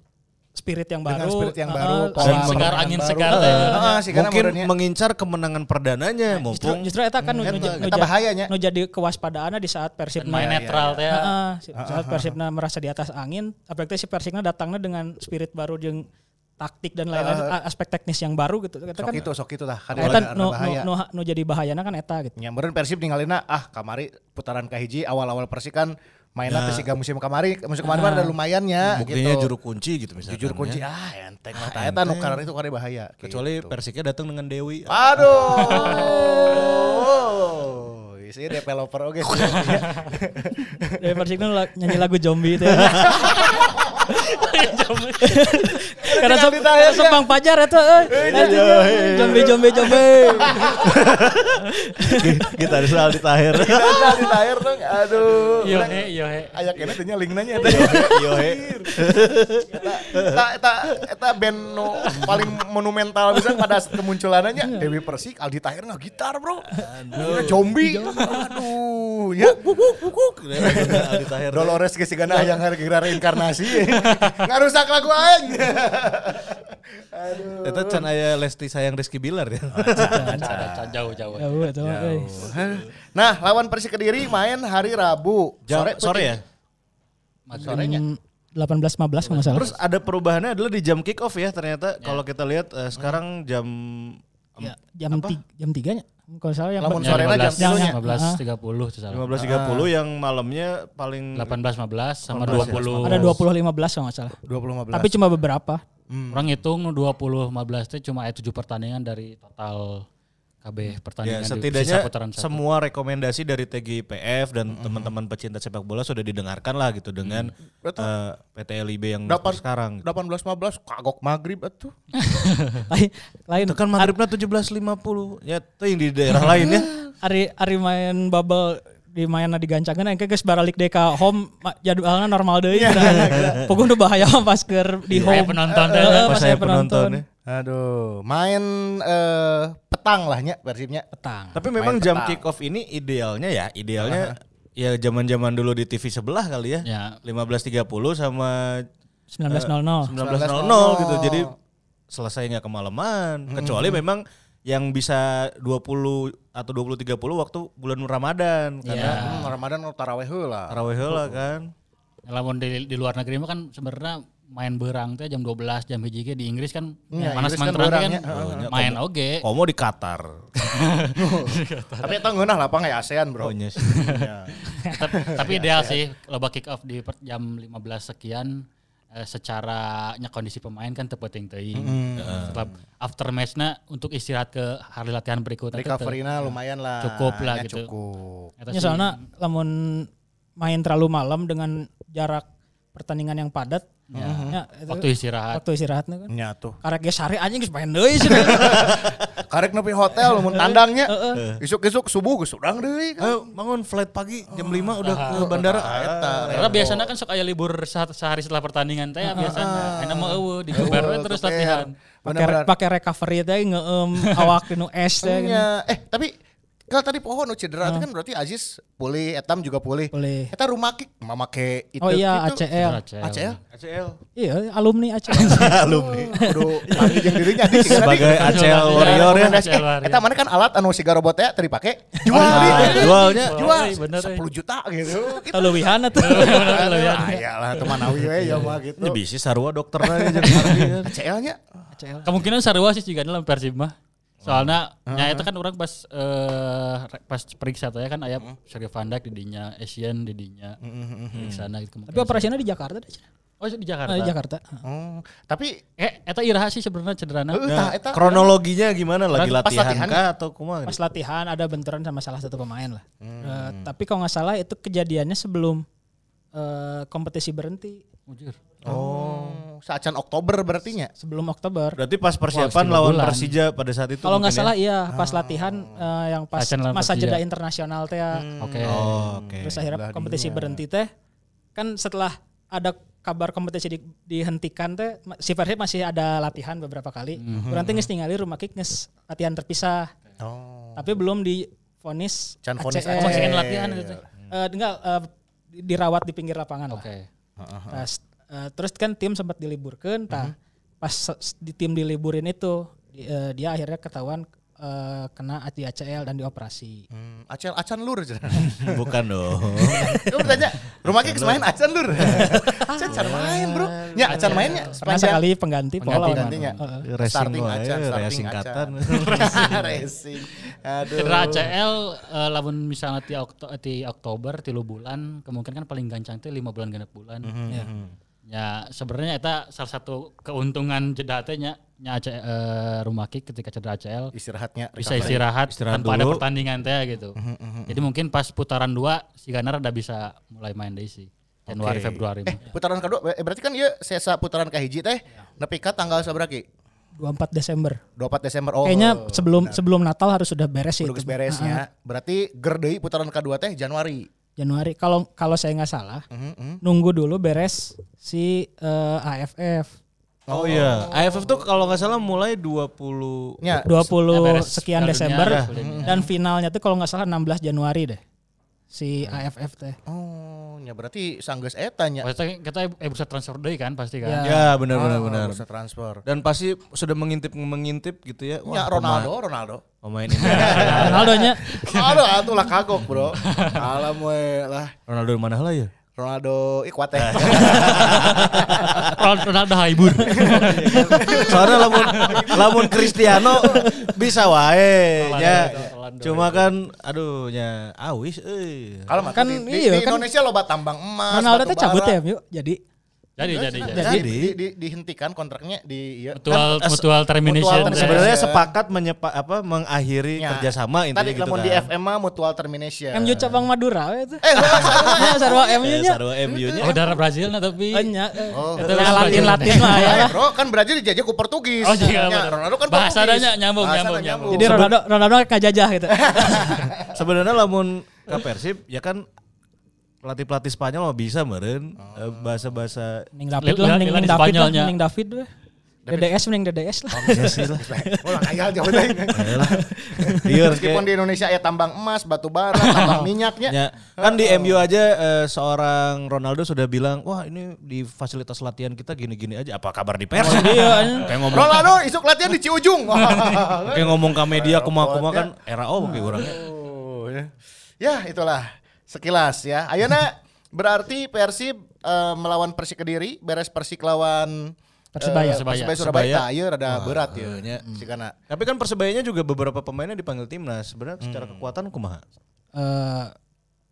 spirit yang Dengan baru spirit yang eh, baru, eh, pola Angin segar, permainan angin baru. segar, Heeh, ya. heeh, sih, karena Mungkin murninya- mengincar kemenangan perdananya justru mumpung justru eta kan Hmm, nu, nu, eta, nu- eta bahayanya. nu jadi kewaspadaanna di saat Persib Main na- netral teh. ya. Heeh, si- Ah, saat Persibna merasa di atas angin, apalagi si Persibna datangnya dengan spirit baru jeung taktik dan lain-lain a- aspek teknis yang baru gitu. Eta Ah, Sok kan itu, sok itu lah. Kadang eta karena nu, bahaya. nu, nu, nu jadi bahayana kan eta gitu. Nyamperin Persib ninggalina ah kamari putaran kahiji awal-awal Persik kan mainnya teh siga musim kamari musim kemarin mah ada lumayannya buktinya gitu. juru kunci gitu misalnya. jujur kunci ah enteng lah eta nu karena itu kare bahaya Kecuali gitu. Persiknya datang dengan Dewi. aduh isinya developer oke Dari Persibna la- nyanyi lagu zombie itu. ya. Karena Tidak sep- ditanya, karena ya. Sepang Pajar itu eh. Zombie zombie zombie. Kita ada soal di tahir. Tidak di tayar dong aduh Yo he yo he. ayak ini tanya link nanya eta eta eta eta band nu paling monumental bisa pada kemunculannya Dewi Persik Aldi Tahir nggak gitar bro aduh. zombie aduh ya Aldi Tahir. Dolores ke sigana yang kira reinkarnasi ngarusak lagu aing aduh Eta can aya Lesti sayang Rizky Bilar ya. Jauh-jauh. Ya udah tuh. eh. nah lawan Persik Kediri main hari Rabu Jam- sore sore ya. sorenya Hmm, 18.15 kalau nggak salah. Terus ada perubahannya adalah di jam kick off ya ternyata kalau kita lihat eh, sekarang jam Ya, jam tiga, jam tiganya kalau salah yang Lamun yang- sorenya jam yang- yang- 15.30 itu Ah. salah. 15.30 yang malamnya paling 18.15 sama 18.15. 20. ada 20.15 kalau nggak salah. 20.15 Tapi cuma beberapa. Hmm. Orang hitung 20.15 teh cuma aya 7 pertandingan dari total KB Ya, pertandingan di sisa setidaknya putaran satu. semua rekomendasi dari TGIPF dan teman-teman pecinta sepak bola sudah didengarkan lah gitu dengan Betul. eh, PT LIB yang Dapat- sekarang. 18-15 kagok maghrib atuh. lain lain Itu kan maghribnya 17.50 ya itu yang di daerah lain ya. Ari Ari main bubble di mainna di gancangan engke geus baralik deka home ma- jadwalna normal deui yeah, pokoknya udah bahaya mah pas keur di Kayak home penonton teh. Eh, Pas saya penonton. ya. Aduh, main eh, petang lah nya persibnya. petang. Tapi memang jam kick off ini idealnya ya, idealnya ya zaman-zaman dulu di TV sebelah kali ya. Ya. 15.30 sama Eh, 19.00 19.00 gitu. Jadi selesai nggak kemalaman. Kecuali memang yang bisa 20 atau 20 30 waktu bulan Ramadan Hmm, karena Ramadan taraweh heula. tarawih lah kan. Lamun di, di luar negeri mah kan sebenarnya main berang teh jam 12 jam hiji ge di Inggris kan Iya, panas Inggris main kan terang berang kan ya. Heeh. Oh. main oge. Komo di Qatar. Tapi itu ngeunah lapang kayak ya, ASEAN, Bro. Ya, Pokoknya sih. Tapi, tapi Iya, ideal sih loba kick off di per- jam 15 sekian eh, secara nya kondisi pemain kan tepeting teuing. Mm-hmm. Sebab after matchnya untuk istirahat ke hari latihan berikutnya teh teu- Recovery-na lumayan lah. Cukup lah Ya, gitu. Cukup. eta Ya sih. soalnya lamun main terlalu malam dengan jarak pertandingan yang padat Ya. ya, itu waktu istirahat. waktu istirahatnya kan Nya tuh. karek ge sare anjing geus main deui sih. Karek nepi hotel mun tandangnya. Isuk-isuk subuh geus urang deui. kan. Ayo bangun flight pagi jam 5 udah ke bandara. Karena biasanya kan sok aya libur se- sehari setelah pertandingan teh biasanya. Enak mau eueuh digeber we terus latihan. pakai Bener-bener. pakai recovery teh ngeum awak di nu es teh gitu. Nya. Eh, tapi kalau tadi pohon nu cedera itu kan berarti Aziz pulih, Etam juga pulih. Pulih. Eta rumah kick, mama ke itu. gitu. Oh iya itu. ACL. ACL. ACL. Iya, alumni ACL. Alumni. Kudu panggil jeung dirinya di Sebagai ACL warrior ya. ACL warrior. Eta mana kan alat anu siga robotnya tadi pake jual Nah, di- jualnya jual Oh, iya, bener, iya. 10 juta gitu. Tahu lewihan atuh. Ya lah teman awi we ya mah gitu. Ah, Ini bisnis sarua dokter aja jadi ahli kan. ACL-nya Kemungkinan sarua sih jika dalam Persib mah. Soalnya nya eta kan orang pas eh, re- pas periksa teh kan aya Sergei Van Dijk di dinya, Asian di dinya. Periksana gitu Tapi kemungkinan. operasinya di Jakarta deh. Oh, di Jakarta. Nah, di Jakarta. Hmm, tapi Eh, eta iraha sih sebenarnya eh, cederana. Nah, tah, eta kronologinya gimana lagi Pas latihan latihan. kah atau kumaha? Pas latihan ada benturan sama salah satu pemain lah. Eh, tapi kalau nggak salah itu kejadiannya sebelum eh, kompetisi berhenti, Mujur. Hmm. oh saacan Oktober berarti nya. sebelum Oktober. Berarti pas persiapan Wah, lawan bulan. Persija pada saat itu. Kalau nggak mungkin salah ya? iya pas latihan eh, yang pas Latihan lawan masa Persija. jeda internasional teh ya. Oke. Oh, oke. ya. terus akhirnya kompetisi berhenti teh kan setelah ada kabar kompetisi di- dihentikan teh ma- si Persib masih ada latihan beberapa kali. Hmm. Berarti nges ningali rumah kick nges latihan terpisah. Oh. Tapi belum divonis Can vonis ACL. Oh, E. masih kan latihan itu teh. Eh, E. enggak eh, dirawat di pinggir lapangan lah. Oke. Tas- eh, terus kan tim sempat diliburkan, tah pas se- di tim diliburin itu di- eh, dia akhirnya ketahuan eh, kena di ACL dan dioperasi. Hmm, ACL acan lur. Bukan dong. Lu bertanya, rumah kick main acan lur. Acan can main, Bro. Ya acan mainnya Pernah sepanjang sekali pengganti pola Pengganti kan? lawan- gantinya. Heeh. Racing Starting wae, acan, starting racing katan. acan. Racing. Aduh. Cedera ACL eh, lamun misalnya ti, Okto- eh, ti Oktober tilu bulan kemungkinan kan paling gancang teh 5 bulan genep bulan. Mhm, Ya. Ya sebenarnya itu salah satu keuntungan jeda teh nya nya ACL, eh, rumah kick ketika cedera ACL Istirahatnya bisa recovery. istirahat, Iya, Istirahat tanpa ada dulu. Mhm, pertandingan teh gitu. Jadi mungkin pas putaran dua si Ganar udah bisa mulai main deh sih. Januari Oke. Ya, Februari. Eh, putaran kedua eh, berarti kan iya sesa putaran kahiji teh nepi ka tanggal sabraki? 24 Desember. 24 Desember. Oh. Kayaknya sebelum sebelum Natal harus sudah beres sih kudu itu. geus beresnya. Berarti ger deui putaran kedua teh Januari. Januari kalau kalau saya nggak salah nunggu dulu beres si eh, AFF Oh iya, AFF tuh kalau nggak salah mulai 20 Nya 20 Ya, beres Iya. sekian Piala Desember Dunia, Mhm, Piala Dunia. dan finalnya tuh kalau nggak salah 16 Januari deh si AFF teh. Oh, ya berarti sanggeus eta nya. Maksudnya kita eh bursa transfer deh kan pasti kan. Ya, benar benar benar. Bursa transfer. Dan pasti sudah mengintip mengintip gitu ya. Ya Wah, Ronaldo, Ronaldo. pema- Pemain ini. Ronaldo-nya Aduh, atulah kagok, Bro. Alam we lah. Ronaldo mana lah ya? Ronaldo ikwate. Ronaldo Ronaldo Haibur. Soalnya lamun lamun Cristiano bisa wae Ronaldo, ya. Ronaldo. Cuma kan aduh nya awis euy. Kalau mah Kan di, di- iya, di kan- Indonesia loba tambang emas. Ronaldo batu teh cabut bara. ya yuk jadi Jadi jadi jadi. Jadi Nah, Jadi. di- di- dihentikan kontraknya di iya. Mutual Kan mutual termination. mutual teh. Kan Sebenarnya Saya- sepakan menyepa apa mengakhiri Ya. kerjasama intinya Tadi gitu namun kan. di FM mah mutual termination. MU cabang Madura we itu. Eh, sarwa MU Iya. nya. Sarwa MU-nya. Oh darah Brazil nah tapi. Enya. Oh. Eta Nah, langsung Latin aja. Latin mah ya. Eh, bro, kan Brazil dijajah ku Portugis. Oh, Ya, iya, benar. Ronaldo kan Bahasa Portugis. adanya, nyambung, Bahasa nyambung, adanya nyambung. Jadi Ronaldo Ronaldo kajajah gitu. Sebenarnya lamun ke Persib ya kan pelatih-pelatih Spanyol mah bisa meren eh, bahasa-bahasa Ning David Lihat- lah, ning ning lihat di David lah, Spanyolnya. ning David we. DDS mending DDS lah. Iya Ulah ngayal jauh teuing. liar Meskipun Iya, kayak- di Indonesia ya tambang emas, batu bara, tambang minyaknya. Ya, kan di MU aja eh, seorang Ronaldo sudah bilang, "Wah, ini di fasilitas latihan kita gini-gini aja. Apa kabar di Persib?" Iya, Kayak ngomong Ronaldo isuk latihan di Ciujung. kayak ngomong ke media kuma-kuma kan era oh kayak orangnya. Oh, ya. ya itulah sekilas ya. Ayana berarti Persib eh, melawan Persik Kediri, beres Persik lawan Persebaya. eh, Persebaya Persebaya. Surabaya. Persebaya. Tah, ieu rada berat ya. heunya. Si kana. Tapi kan persebayanya juga beberapa pemainnya dipanggil timnas. Sebenarnya secara kekuatan kumaha? eh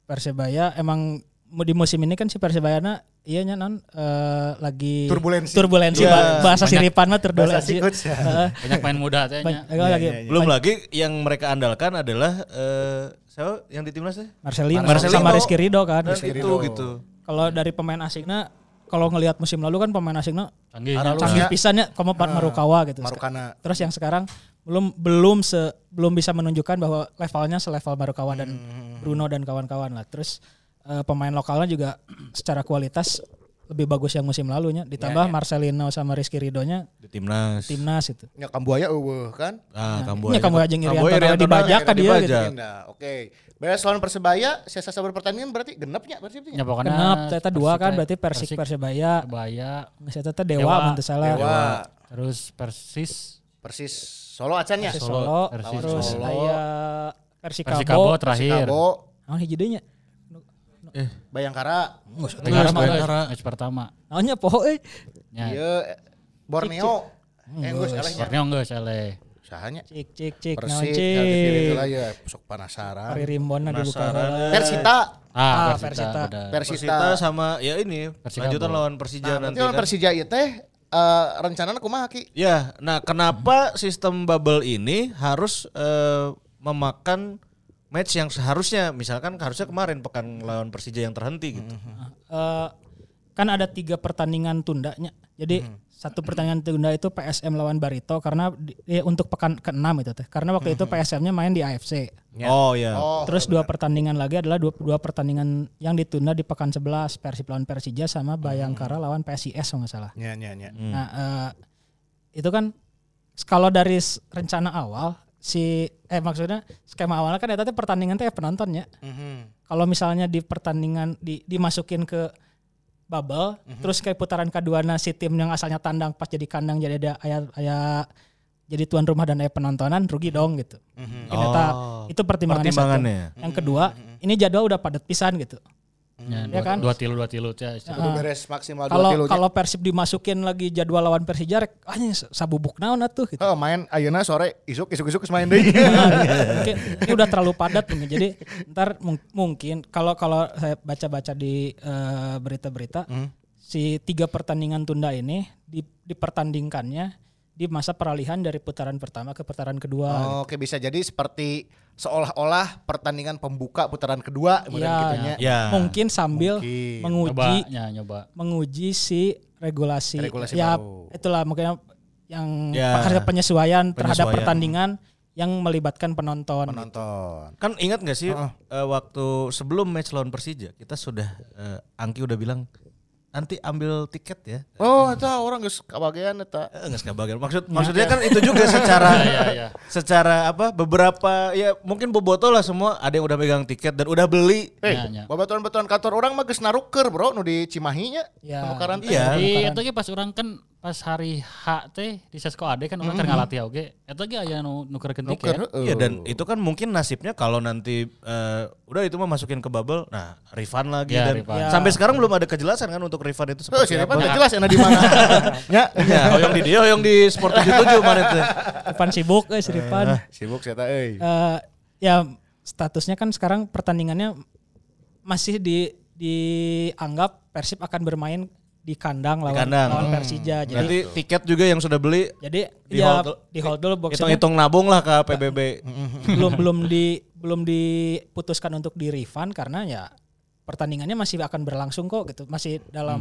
Persebaya emang mu- di musim ini kan si Persebayana iya nya non eh, lagi Turbulensi. turbulensi Iya, ba- bahasa banyak- siripan mah Bahasa turbulensi. Sikuts ya. Heeh. Banyak main muda teh. Ban- nya. eh, lagi Belum lagi yang mereka andalkan adalah eh siapa yang di timnas deh? Marcelino, Marcelino. sama Rizky Ridho kan. Nah, itu gitu. Kalau dari pemain asingnya kalau ngelihat musim lalu kan pemain asingnya Canggih. canggih pisannya komo Pat Marukawa gitu. Marukana. Terus yang sekarang belum belum se belum bisa menunjukkan bahwa levelnya selevel Marukawa dan Bruno dan kawan-kawan lah. Terus eh, pemain lokalnya juga secara kualitas lebih bagus yang musim lalunya. Ditambah Marcelino sama Rizky Ridonya Di timnas. timnas itu. Nya ya, Kambuaya eueuh kan. Ah, Ini kamu aja Kamboya ngirian dibajak Iriantona kan dia gitu. dibajak. Indah. nah, Oke. Beres lawan Persebaya, sisa sabar pertandingan berarti genepnya Persibnya. Nya pokona Kenap, ternyata dua Persik kan teh, berarti Persik Persebaya, Persebaya. Saya teh Dewa, Dewa. mun teu salah. Wah, Terus Persis. Persis Solo acannya. Persis Solo, Persis terus Solo. aya Persikabo Persikabo, terakhir. Kabo, naon hiji deui nya? Iya. Eh, Bayangkara, Bayangkara mah match pertama. Naonnya poho euy. Ya. ieu Iya, Borneo. Eh, geus elehnya. Borneo geus eleh. Sahanya. Cik cik cik naon Persik, ya, dipilih itu lah cik. ya, sok penasaran. Ari Rimbona dulu kan. Persita, Ah, Ah, Persita. Persita. bener. Eh, Persita. Persita sama ya ini Persikabo. lanjutan lawan Persija Nanti nanti lawan kan. Persija ieu teh eh, rencana kumaha ki? Ya, nah kenapa sistem bubble ini harus eh, memakan match yang seharusnya misalkan harusnya kemarin pekan lawan Persija yang terhenti gitu. Eh, kan ada tiga pertandingan tundanya. Jadi satu pertandingan tunda itu PSM lawan Barito karena di- eh, untuk pekan ke-6 itu teh. Karena waktu itu PSM-nya main di AFC. Oh ya. Oh, Terus dua pertandingan lagi adalah dua, dua pertandingan yang ditunda di pekan 11 Persib lawan Persija sama Bayangkara lawan PSIS kalau nggak salah. nya nya nya. Hmm. Nah eh, itu kan kalau dari s- rencana awal si eh maksudnya skema awalnya kan ya pertandingan teh penontonnya. Mhm, Kalau misalnya di pertandingan di, dimasukin ke bubble, Hmm. terus kayak putaran kedua nah si tim yang asalnya tandang pas jadi kandang jadi ada ayat ayat jadi tuan rumah dan ayat penontonan rugi dong gitu. mhm. Mungkin eta- Hmm. Oh, itu pertimbangannya, satu. pertimbangannya. Hmm, Yang kedua, ini jadwal udah padat pisan gitu. Ya, Ya dua, kan? dua tilu dua tilu ya. Kudu beres maksimal dua Ah. Kalau tilunya. kalau Persib dimasukin lagi jadwal lawan Persija rek anjing sabubuk naon atuh gitu. Oh, main ayeuna sore isuk isuk isuk main deui. mungkin ini udah terlalu padat mungkin. Jadi ntar mung- mungkin kalau kalau saya baca-baca di eh, berita-berita si tiga pertandingan tunda ini di, dipertandingkannya di masa peralihan dari putaran pertama ke putaran kedua. Oh, Oke bisa jadi seperti seolah-olah pertandingan pembuka putaran kedua kemudian Iya. gitunya. Ya. Mungkin sambil Mungkin. Nyoba, menguji ya, nyoba. menguji si regulasi, Regulasi ya baru. itulah mungkin yang Ya. harus ada penyesuaian, terhadap Penyesuaian. pertandingan yang melibatkan penonton. Penonton. Kan ingat gak sih eh, waktu sebelum match lawan Persija kita sudah eh, Angki udah bilang nanti ambil tiket ya. Oh, eta orang geus kabagean eta. Eh, nggak sebagian. Maksud maksudnya kan itu juga secara ya, ya. secara apa beberapa ya mungkin boboto lah semua ada yang udah megang tiket dan udah beli. Iya, Eh, Nya, nya. babatuan-batuan kantor orang mah geus naruker, Bro, nu di Cimahinya. Ya. Penukaran teh. Iya. Di eta ge pas orang kan pas hari H teh di Sesko Ade kan orang keur ngalatih oge. Eta ge aya nu ya? nukerkeun Nuker, tiket. heeh. Iya dan itu kan mungkin nasibnya kalau nanti eh, udah itu mah masukin ke bubble, nah refund lagi Ya, dan refund. Oh, Ya. sampai sekarang belum ada kejelasan kan untuk refund itu Tuh, seperti sini apa. kan nggak jelas enak di mana. ya. Ya, hoyong di dia, hoyong di Sport 77 mana tuh. Nah, Depan sibuk, eh, si Rifan. Sibuk saya euy. Eh, ya statusnya kan sekarang pertandingannya masih di dianggap Persib akan bermain di kandang lawan, kandang. Hmm. lawan Persija. Jadi Gitu. Berarti tiket juga yang sudah beli jadi di ya, hold- di hold dulu boxnya hitung-hitung nabung lah ke PBB. belum belum di belum diputuskan untuk di refund karena ya pertandingannya masih akan berlangsung kok gitu masih Hmm. dalam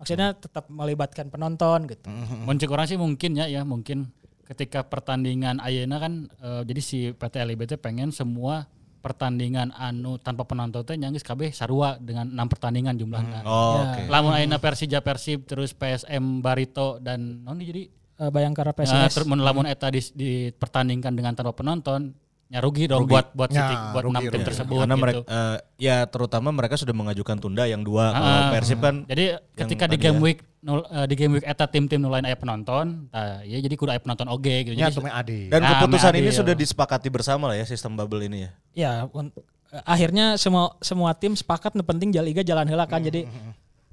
maksudnya tetap melibatkan penonton gitu Muncul orang sih mungkin ya, ya mungkin ketika pertandingan Ayana kan, eh, jadi si PT LIBT pengen semua pertandingan anu tanpa penonton teh nyanggis KB Sarua dengan enam pertandingan jumlahnya. Oh, oke. Lamun Ayana Persija Persib terus PSM Barito dan non jadi Eh, Nah, Bayangkara eh, PSIS ter- mun lamun eta dis- dipertandingkan dengan tanpa penonton ya rugi dong buat buat Ya, city, buat rugi, enam tim rugi. tersebut Karena gitu. mereka eh, ya terutama mereka sudah mengajukan tunda yang dua kalau Ah. Persib kan Jadi ketika di tadi ya. game week nul- eh, di game week eta tim-tim nulain aya penonton, tah, ya jadi kudu aya penonton oge gitu. Nya Iya, Jadi tuh me ade. dan Ah, keputusan ini adil. sudah disepakati bersama lah ya sistem bubble ini ya. ya un- eh, akhirnya semua semua tim sepakat nu penting jaliga jalan heula Hmm, kan jadi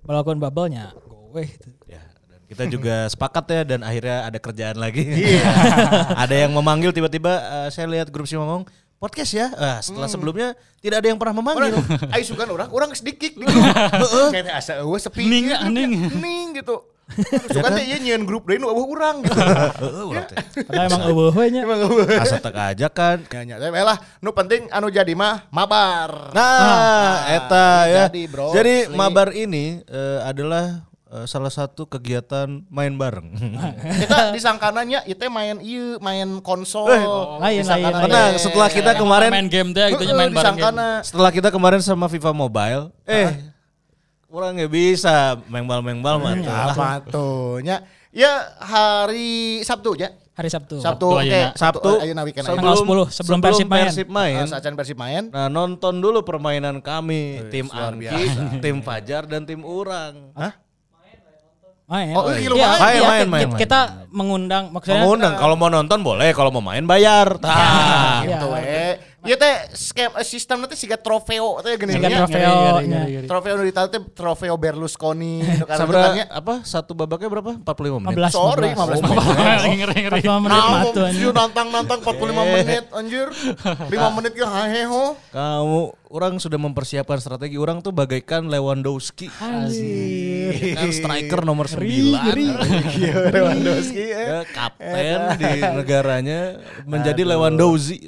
melakukan bubble-nya gowe gitu. Ya, dan kita juga sepakat ya dan akhirnya ada kerjaan lagi. ada yang memanggil tiba-tiba eh, saya lihat grup si ngomong podcast ya. Ah, setelah sebelumnya tidak ada yang pernah memanggil. Orang ai sugan orang, orang sedikit gitu. Heeh. Kayak teh asa eueuh sepi. Ning, gitu. ning. Ning gitu. Sugan teh ieu nyieun grup deui nu eueuh urang gitu. Heeh, ulah teh. Padahal emang eueuh we nya. Emang eueuh. Asa teu kaajakan. Ya nya teh lah, nu penting anu jadi mah mabar. Nah, eta Ah. ya. jadi, bro. Jadi Asli. mabar ini eh, adalah eh, salah satu kegiatan main bareng. Kita disangkananya ieu teh main ieu, main konsol. Oh, lain, Disangkana teh. lain, Karena setelah kita iya. kemarin main game deh gitu Heeh, nya, main bareng. gitu. game. disangkana. setelah kita kemarin sama FIFA Mobile, eh orang nggak bisa Hmm, mengbal-mengbal mah tuh. Apa tuh nya? Ya hari Sabtu ya. Hari Sabtu. Sabtu, oke. ayeuna. Sabtu ayeuna weekend aja. Tanggal 10, sebelum Persib main. main. Ah, Sajan Persib main. Nah nonton dulu permainan kami Tim luar Angki, biasa. tim Fajar, dan tim Urang Hah? Main. Oh, iya, lu Iya, main. iya, Main, ki- main, main. Kita mengundang maksudnya Mengundang, kalau mau nonton boleh, kalau mau main bayar Ah. Tah. Gitu Iya. we. Ieu teh scam eh, sistem nanti siga trofeo teh gini Siga nya. trofeo. Ngeri, iya, ngeri, ngeri, ngeri. Trofeo nu ditaruh teh trofeo Berlusconi gitu kan. Sabra, Tanya, apa satu babaknya berapa? 45 menit. 15 Sorry, 15 menit. Ngeri, ngeri. Pertama menit Nah, matu anjing. siu nantang-nantang 45 menit anjir. 5 menit ge haheho. Kamu orang sudah mempersiapkan strategi orang tuh bagaikan Lewandowski. Anjir. Kan striker nomor 9. Lewandowski. eh. Ya, kapten di negaranya menjadi Lewandowski.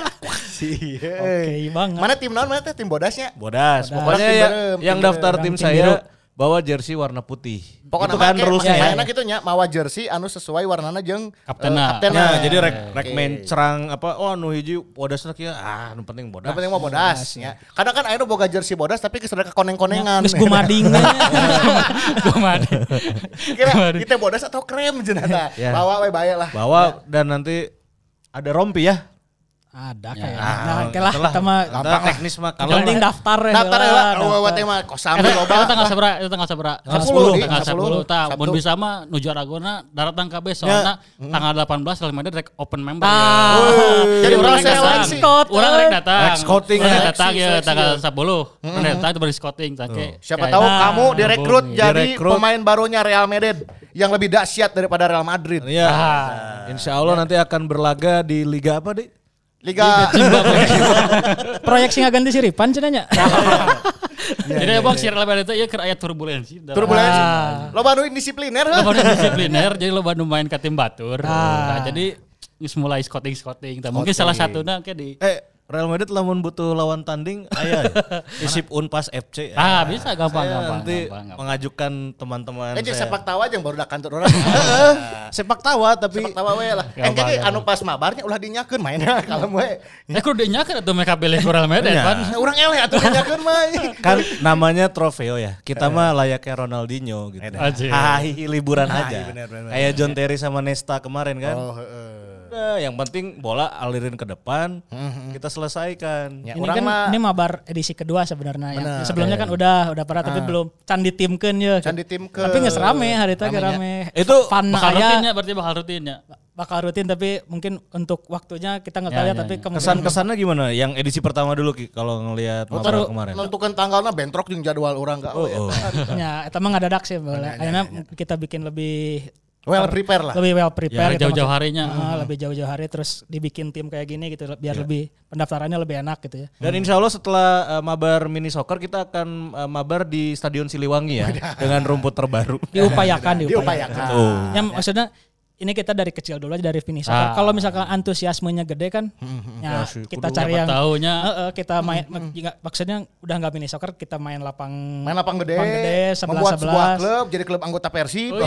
Oke, banget. Mana tim naon mana teh tim bodasnya? Bodas. Pokoknya Orang tim ya, berem, yang tim daftar berem. tim Orang tim biru. saya bawa jersey warna putih. Pokoknya itu kan rulesnya ya. Enak gitu nya mawa jersey anu sesuai warnana jeung eh, Kaptena. kaptena. Nah, jadi rek rek main cerang apa oh anu hiji bodas lagi ah anu penting bodas. Yang penting mah bodas ya. Kadang kan akhirnya boga jersey bodas tapi kesedek ke koneng-konengan. Terus gumadingnya. Gua mati. Kira kita bodas atau krem jenata. Ya. Bawa we bae lah. Bawa dan nanti ada rompi ya. Ada kayak. Ya, Nah, Ah, oke lah itulah. kita mah Kita teknis mah kalau penting daftar ya. Daftar ya lah. daftar. Kalau wawa teh mah kosambi Eta loba. eta tanggal sabra, eta tanggal sabra. Tanggal 10, tanggal Sabtu. 10 tah. Sabtu. Mun bisa mah nuju Aragona daratang Ya. KB soalnya tanggal 18 Real Madrid rek open member. Ah, ya. Jadi Urang proses rek datang. seleksi. Scott, Urang rek eh. datang. Rek scouting, Urang ya. datang ya Seleksi, tanggal seleksi. 10. Urang datang itu baru scouting tah, oke. Siapa Kayak- tahu Nah, kamu direkrut bohong, ya. jadi Direkrut. pemain barunya Real Madrid yang lebih dahsyat daripada Real Madrid. Iya. Insya Allah nanti akan berlaga di liga apa deh? Liga Proyeksi ngaganti siripan cenah nya. Jadi abang si Real Madrid itu ya keur aya turbulensi. turbulensi. Loba nu indisipliner. heh. Loba nu disipliner jadi loba nu main ka tim batur. Ah. Nah, jadi geus mulai scouting scouting. Mungkin salah satuna ke di Eh Real Madrid lamun butuh lawan tanding ayah ya? Isip Unpas FC. ya. Ah, bisa gampang Saya gampang nanti gampang. gampang. mengajukan teman-teman Eh, jeung saya. sepak tawa jeung baru da kantor orang. Eh, sepak tawa tapi Sepak tawa we lah. Gampang, Engke ge gampang. anu pas mabarnya ulah dinyakeun mainnya kalem we. Eh kudu nyakeun atuh make beli Real Madrid kan? Iya. pan. Nah, Urang eleh atuh dinyakeun mah. kan namanya trofeo ya. Kita mah layaknya Ronaldinho gitu. Anjir. Hahaha iya, liburan aja. bener, bener, bener. Kayak John Terry sama Nesta kemarin kan. Oh, heeh. Udah, yang penting bola alirin ke depan, kita selesaikan. Ya, ini orang kan mah ini mabar edisi kedua sebenarnya ya. Sebelumnya kan udah udah pernah tapi belum can ditimkeun ya. Can ditimkeun. Tapi geus rame hari teh geus rame. Itu fun Bakal ya. aya rutinnya berarti bakal rutinnya. Nah, iya, bakal rutin tapi mungkin untuk waktunya kita nggak Ya, tahu ya ya, tapi ya. kemungkinan Kesan-kesannya gimana? Yang edisi pertama dulu Ki, kalau ngelihat Oh, Mabar kemarin. Nentukeun tanggalna bentrok jeung jadwal urang ka. Oh, oh. ya eta mah ngadadak sih boleh. Akhirnya kita bikin lebih Well prepare lah. lebih well prepare Ya, gitu jauh-jauh maksudnya. harinya. Ah, lebih jauh-jauh hari terus dibikin tim kayak gini gitu biar lebih pendaftarannya lebih enak gitu ya Dan insya Allah setelah eh, mabar mini soccer kita akan eh, mabar di Stadion Siliwangi ya dengan rumput terbaru. Iya. Oh. diupayakan diupayakan Diupayakan. ya maksudnya ini kita dari kecil dulu aja dari finish Ah. kalau misalkan antusiasmenya gede kan ya kita cari yang Taunya Eh, eh, kita main nggak- maksudnya udah nggak mini soccer kita main lapang Main lapang gede, lapang gede membuat sebuah klub 11 11 jadi klub anggota Persib.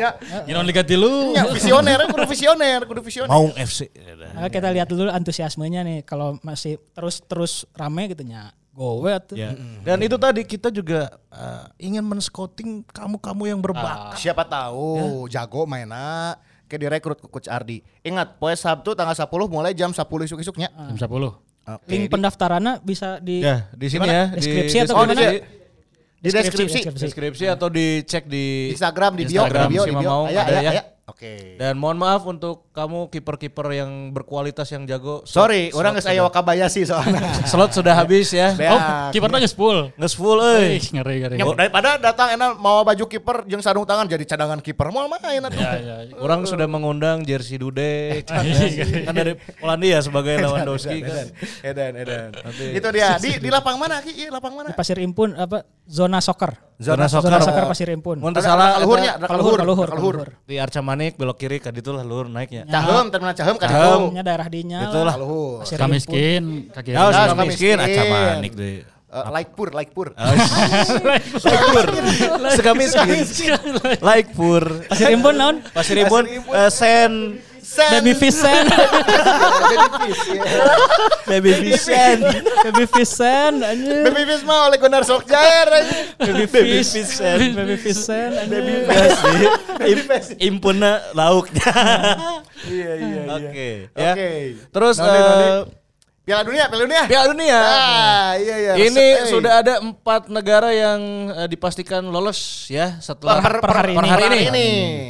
ya, Giron Liga Tilu. ya, visioner, kudu visioner, kudu visioner. Maung FC. Nah, kita lihat dulu antusiasmenya nih kalau masih terus terus rame gitu nya gowe tuh Ya. Mm. Dan itu tadi kita juga eh, ingin men-scouting kamu-kamu yang berbakat. Siapa tahu jago mainnya ke direkrut ke Coach Ardi. Ingat, poe Sabtu tanggal 10 mulai jam 10 isuk-isuknya. Nah. Jam 10. Oke, di- link pendaftarannya bisa di Ya, di sini Gimana? ya. Deskripsi atau deskripsi, gimana? di deskripsi. deskripsi atau dicek di Instagram di bio, Instagram di bio, si di bio. Ah, Mamaung Aya, ada aya, ya. aya. Oke. Dan mohon maaf untuk kamu kiper-kiper yang berkualitas yang jago. Slot- Sorry, slot orang Iya. geus aya sudah- Wakabayashi soalnya. Slot sudah habis ya. Beak. Oh, iya. kipernya geus full. Nges full euy. Ih, ngeri ngeri. Ya, daripada datang enak mau baju kiper jeung sarung tangan jadi cadangan kiper mau main atuh. Ya, ya. Orang sudah mengundang jersey Dudek ya. kan dari Polandia sebagai Lewandowski kan. Edan, edan. Itu dia. Di di lapang mana Ki? Iya, lapang mana? di pasir impun apa zona soccer Zona soccer. zona soccer pasir impun Mun teu salah luhurnya, eta ada luhur, luhur ada luhur. di Arca Manik belok kiri ka ditu lah luhur naiknya. Cahem, terminal Cahem kan Cahem. itu. Nya daerah dinya Betul lah. Luhur. Pasir Impun. Kami miskin, kaki Ya suka suka miskin miskin. Arca Manik deui. Eh, like pur, like pur. Laikpur. Suka miskin. Laikpur. pasir impun naon Pasir Ibun eh, Sen baby Vincent Baby Vincent. baby Vincent anjir Baby Fish mah oleh Gunnar Solskjaer. Iya, anjing. Baby Vincent. baby Vincent anjir Ya sih. Im- Impunna lauknya. Iya, iya, iya. Oke. ya. Oke. Terus Noni, Noni. eh, Piala dunia, Piala dunia. Piala Dunia. Ah, iya, iya. Ini Resep, eh. sudah ada empat negara yang eh, dipastikan lolos ya setelah per, per hari per ini. hari ini. ini.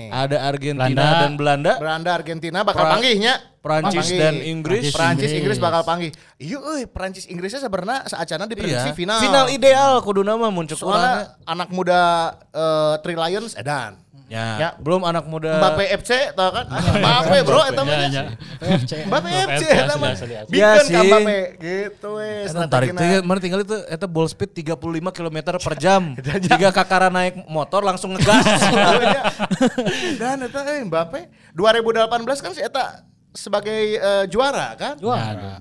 Ada Argentina Belanda. dan Belanda, Belanda, Argentina bakal Pra- panggihnya. Prancis Panggih. dan Inggris. Perancis Inggris Inggris. bakal panggil. Iya, euy, Perancis Inggrisnya sebenarnya saacana diprediksi Iya. final. Final ideal kudu nama muncul urangnya. Soalnya anak muda eh, Three Lions edan. Ya. Ya. Belum anak muda. Mbappe FC tau kan? Ah, Mbappe bro eta mah. Ya, ya. Mbappe Mbappe FC FC, eta mah. asli, asli. Iya Bikin kan sih. Mbappe gitu weh. Eta tarik strategina. teh, mana Eh, tinggal itu eta ball speed 35 km per jam. Tiga kakara naik motor langsung ngegas. Nah, iya. Dan eta eh Mbappe 2018 kan si eta sebagai eh, juara kan? Juara.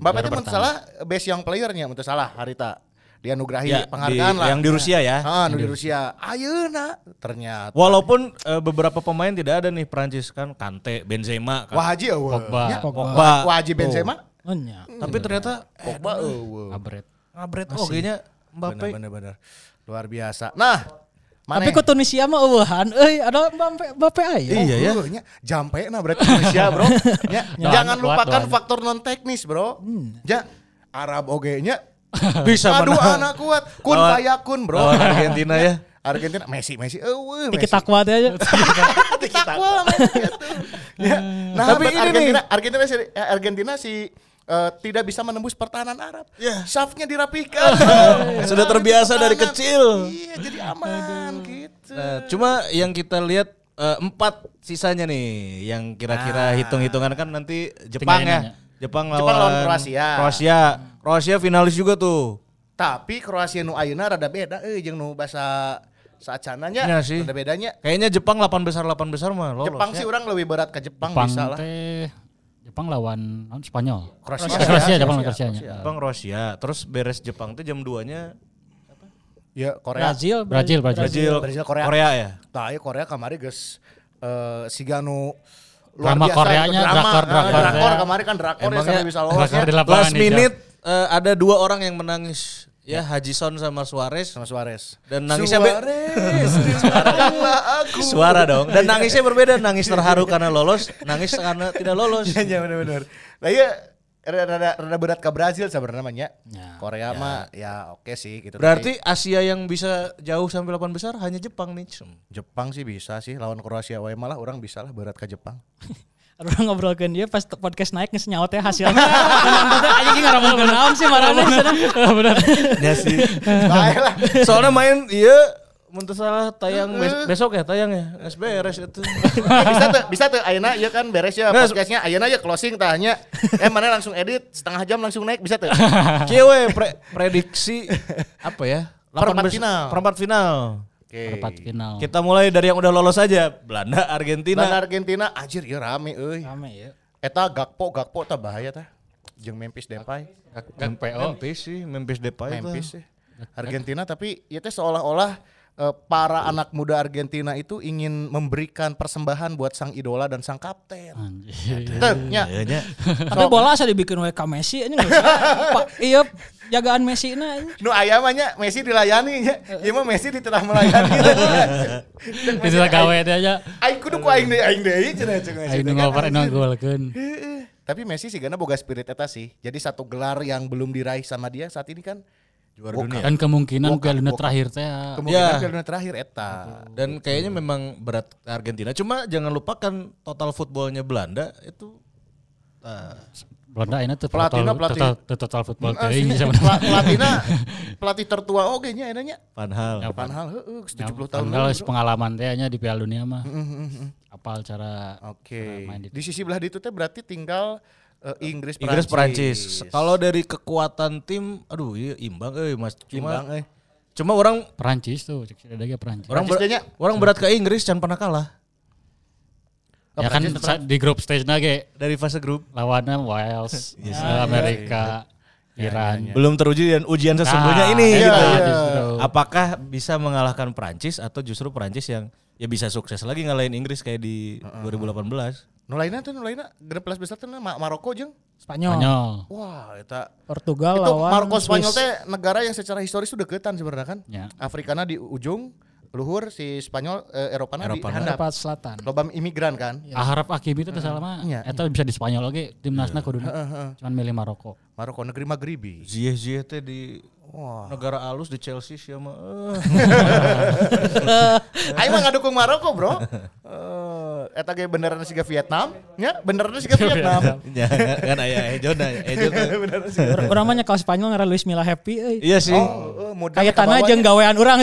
Mbappe Juara itu menurut pertama. salah best young player-nya menurut salah Harita. Dianugerahi Iya, Ya, penghargaan di- lah. yang di Rusia ya. Ah, nu di Rusia. Ayeuna ternyata. Walaupun eh, beberapa pemain tidak ada nih Prancis kan Kante, Benzema kan. Wah Haji eueuh. Pogba. Ya, Pogba. Wah Haji Benzema. Oh, nya. Tapi ternyata eh, Pogba eueuh. Abret. ngabret oge nya Mbappe. Bener-bener. Luar biasa. Nah, tapi maneh. ku Tunisia mah eueuhan euy ada Mbappe Mbappe aya Iya ya. Oh, nya, Jampe nah berarti Indonesia bro. Nya, Doan, jangan kuat, lupakan doan. faktor non teknis bro. Hmm. Ya, Arab oge nya. Bisa Aduh menang. anak kuat. Kun Lawan- payah kun bro. lawan Argentina ya. Argentina Messi Messi. Eueuh Tiki takwa teh aja Tiki takwa men, gitu. Ya. Nah, Hmm. Tapi tapi ini Argentina, Argentina si eh, Argentina si eh, tidak bisa menembus pertahanan Arab. Safnya dirapikan. bro. Ya. Sudah terbiasa dari Pertahanan. kecil. Iya, jadi aman gitu. Nah, cuma yang kita lihat eh, empat sisanya nih yang kira-kira hitung-hitungan kan nanti Jepang Tinggalin ya. Jepang lawan, Ah. Jepang lawan Kroasia. Kroasia. Kroasia finalis juga tuh. Tapi Kroasia nu ayeuna rada beda euy jeung nu basa saacananya Iya sih. rada bedanya. Kayaknya Jepang 8 besar 8 besar mah lolos. Jepang ya. sih orang lebih berat ke Jepang, Jepang bisa lah. teh Jepang lawan lawan Spanyol. Kroasia. Eh, Kroasia, Jepang lawan Kroasia. Jepang Kroasia. Terus beres Jepang tuh jam 2-nya Ya Korea. Brazil Brazil, Brazil. Brazil, Brazil, Korea. ya. Tah ieu Korea kamari geus eh siga nu Drama gitu, Koreanya, drakor, Nah, drakor. drakor kamari kan drakor ya sampai bisa lolos Drakor ya. di lapangan Last nih, minute eh, ada dua orang yang menangis ya Hajison sama Suarez sama Suarez. dan nangisnya be- Suarez, suarakanlah aku. suara dong dan nangisnya berbeda nangis terharu karena lolos nangis karena tidak lolos Iya, iya benar-benar. Nah iya rada, rada berat ke Brazil sebenarnya mah, nya. Korea mah ya oke sih gitu. berarti Asia yang bisa jauh sampai 8 besar hanya Jepang nih Sem. Jepang sih bisa sih lawan Kroasia wae malah orang bisa lah berat ke Jepang. Orang ngobrolkan dia pas podcast naik ya nges nyawa teh hasilnya. Menang teh aja ngaramukeun naon sih marahna. Iya Benar. Ya sih. Baiklah. soalnya main iya Mentah salah Eh. tayang bes- besok ya tayang ya. Nggak beres itu. bisa tuh, bisa tuh Ayeuna ya kan beres ya Nah, podcastnya Ayeuna ya closing tanya. Eh mana langsung edit setengah jam langsung naik bisa tuh. Cewek pre- prediksi apa ya? Delapan Perempat bes- final. Perempat final. perempat Oh. final. Kita mulai dari yang udah lolos aja. Belanda, Argentina. Belanda Argentina anjir ya rame euy. Rame ya. Eta Gakpo Gakpo tah bahaya tah. Jeung Memphis Depay. Gak PO. Memphis sih, Memphis Depay itu. Memphis sih. Argentina tapi ya teh seolah-olah eh, para anak muda Argentina itu ingin memberikan persembahan buat sang idola dan sang kapten. Anjir. Teunya. Kayaknya Tapi bola asa dibikin wae ka Messi anjing. nggak usah. Pak, iya jagaan Messi na anjing. Nu ayam nya Messi dilayani nya. Ieu mah Messi ditelah melayani. Itu gawe dia aja. Aing kudu ku aing deui aing Iya, deui cenah cenah. Ayo nu ngoper nu ngagolkeun. Iya. Tapi Messi sih karena boga spirit eta sih. Jadi satu gelar yang belum diraih sama dia saat ini kan juara Bukan. dunia. Dan kemungkinan Bokap, Piala Dunia bokap. terakhir teh kemungkinan Ya. Piala Dunia terakhir eta. Dan kayaknya memang berat Argentina. Cuma jangan lupakan total footballnya Belanda itu Belanda ini tuh Pelatihna, total, pelatih. total, total, total football teuing Asli, sebenarnya. pela- Pelatihna pelatih tertua oge nya eta nya. Panhal. Panhal heeh 70 tahun. lalu, Padahal geus bro. Mm, pengalaman teh nya di Piala Dunia mah. Apal cara Oke. cara main di Di sisi belah itu teh berarti tinggal eh, Inggris Inggris Perancis. Kalau dari kekuatan tim, aduh iya, imbang eh Mas. Cuma Imbang euy. cuma orang Perancis tuh, cek ada lagi Perancis. orang Perancis ber- kayaknya. orang berat ke Inggris jangan pernah kalah ya kan sa- di grup stage nage dari fase grup. lawannya Wales, Iya, eh, Amerika, Iran. Belum teruji dan ujian sesungguhnya Nah, ini iya, gitu. iya. Justru. Apakah bisa mengalahkan Perancis atau justru Perancis yang ya bisa sukses lagi ngalahin Inggris kayak di 2018? Nu lainna teh nu lainna grup kelas besar teh nah, Ma- Maroko jeung. Spanyol. Spanyol. Wah, eta Portugal itu lawan Maroko Spanyol Swiss. teh negara yang secara historis itu deketan sebenarnya kan. Ya. Afrikana di ujung, luhur si Spanyol eh, Eropana di Eropana. handap. Eropa Selatan. Lobam imigran kan. Aharap Hakimi itu teh salah mah. Iya. Eta bisa di Spanyol oge timnasna kudu cuman milih Maroko. Maroko negeri Maghribi. Ziyeh Ziyeh teh di Wah. negara alus di Chelsea sih mah. eh. Aing mah ngadukung Maroko, Bro. Eh, eta ge beneran siga Vietnam, Ya, nya beneran siga Vietnam. Ya, kan aya Ejona, Ejona. Orang orang mah nyekal Spanyol ngaran Luis Milla Happy euy. Iya sih. Oh, modal Eh, Kayak ke tanah bawah jeung nya. gawean urang.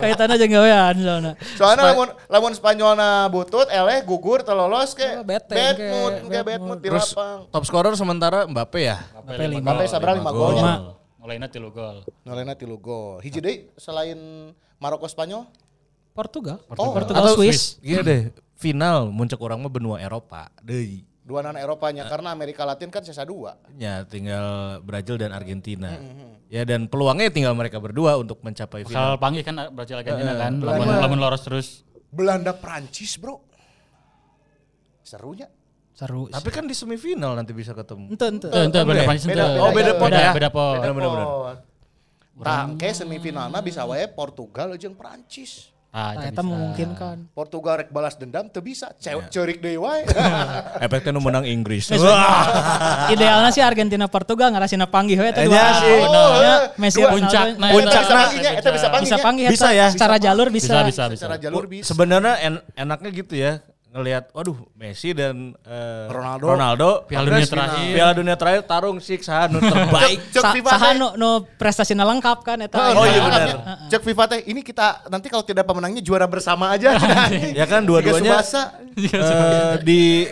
Kayak tanah jeung gawean soalna. Soalnya lamun lamun Spanyolna butut, eleh gugur telolos ke Oh, beteng bad ke- mood, ke bad bad mood di Terus lapang. top scorer sementara Mbappe ya. Sampai lima Sampai sabra 5 golnya. Lima. Mulainya tilu gol. Nolena tilu gol. Hiji deui selain Maroko Spanyol, Portugal. Oh, Portugal Swiss. Gini Iya deh, final muncul orang mah benua Eropa. Deui. dua nana Eropanya karena Amerika Latin kan sisa dua. Ya tinggal Brazil dan Hmm, Argentina. Ya dan peluangnya tinggal mereka berdua untuk mencapai final. Kalau panggil kan Brazil Argentina kan, lamun Iya. lamun loros terus. Belanda Prancis, Bro. Serunya. Seru. Tapi kan di semifinal nanti bisa ketemu. Ente ente. Itu itu beda beda, Prancis beda, itu. beda, Oh, beda pot ya? Beda pot. Benar benar benar. Tah, engke semifinalna bisa wae Portugal jeung Prancis. Ah, Nah, itu eta bisa. memungkinkan. Portugal rek balas dendam teu bisa. Cewek ceurik deui wae. Efeknya nu menang Inggris. Wah. Idealnya sih Argentina Portugal ngarasina panggih we eta dua. Enya sih. Oh, Benar. eh. nya Messi Dua. Puncak. Puncakna Eta eta. bisa panggilnya, eta bisa Bisa panggilnya. panggih Bisa ya? Secara jalur Bisa bisa. bisa bisa. Secara jalur bisa. Sebenarnya en- enaknya gitu ya ngelihat waduh Messi dan eh, Ronaldo. Piala Terus dunia terakhir. Piala dunia terakhir tarung siksa nu terbaik. Cek Sa- FIFA Saha teh. nu nu prestasina lengkap kan eta. Oh iya Nah, benar. Cek FIFA teh ini kita nanti kalau tidak pemenangnya juara bersama aja. ya Liga kan dua-duanya Subasa. eh, di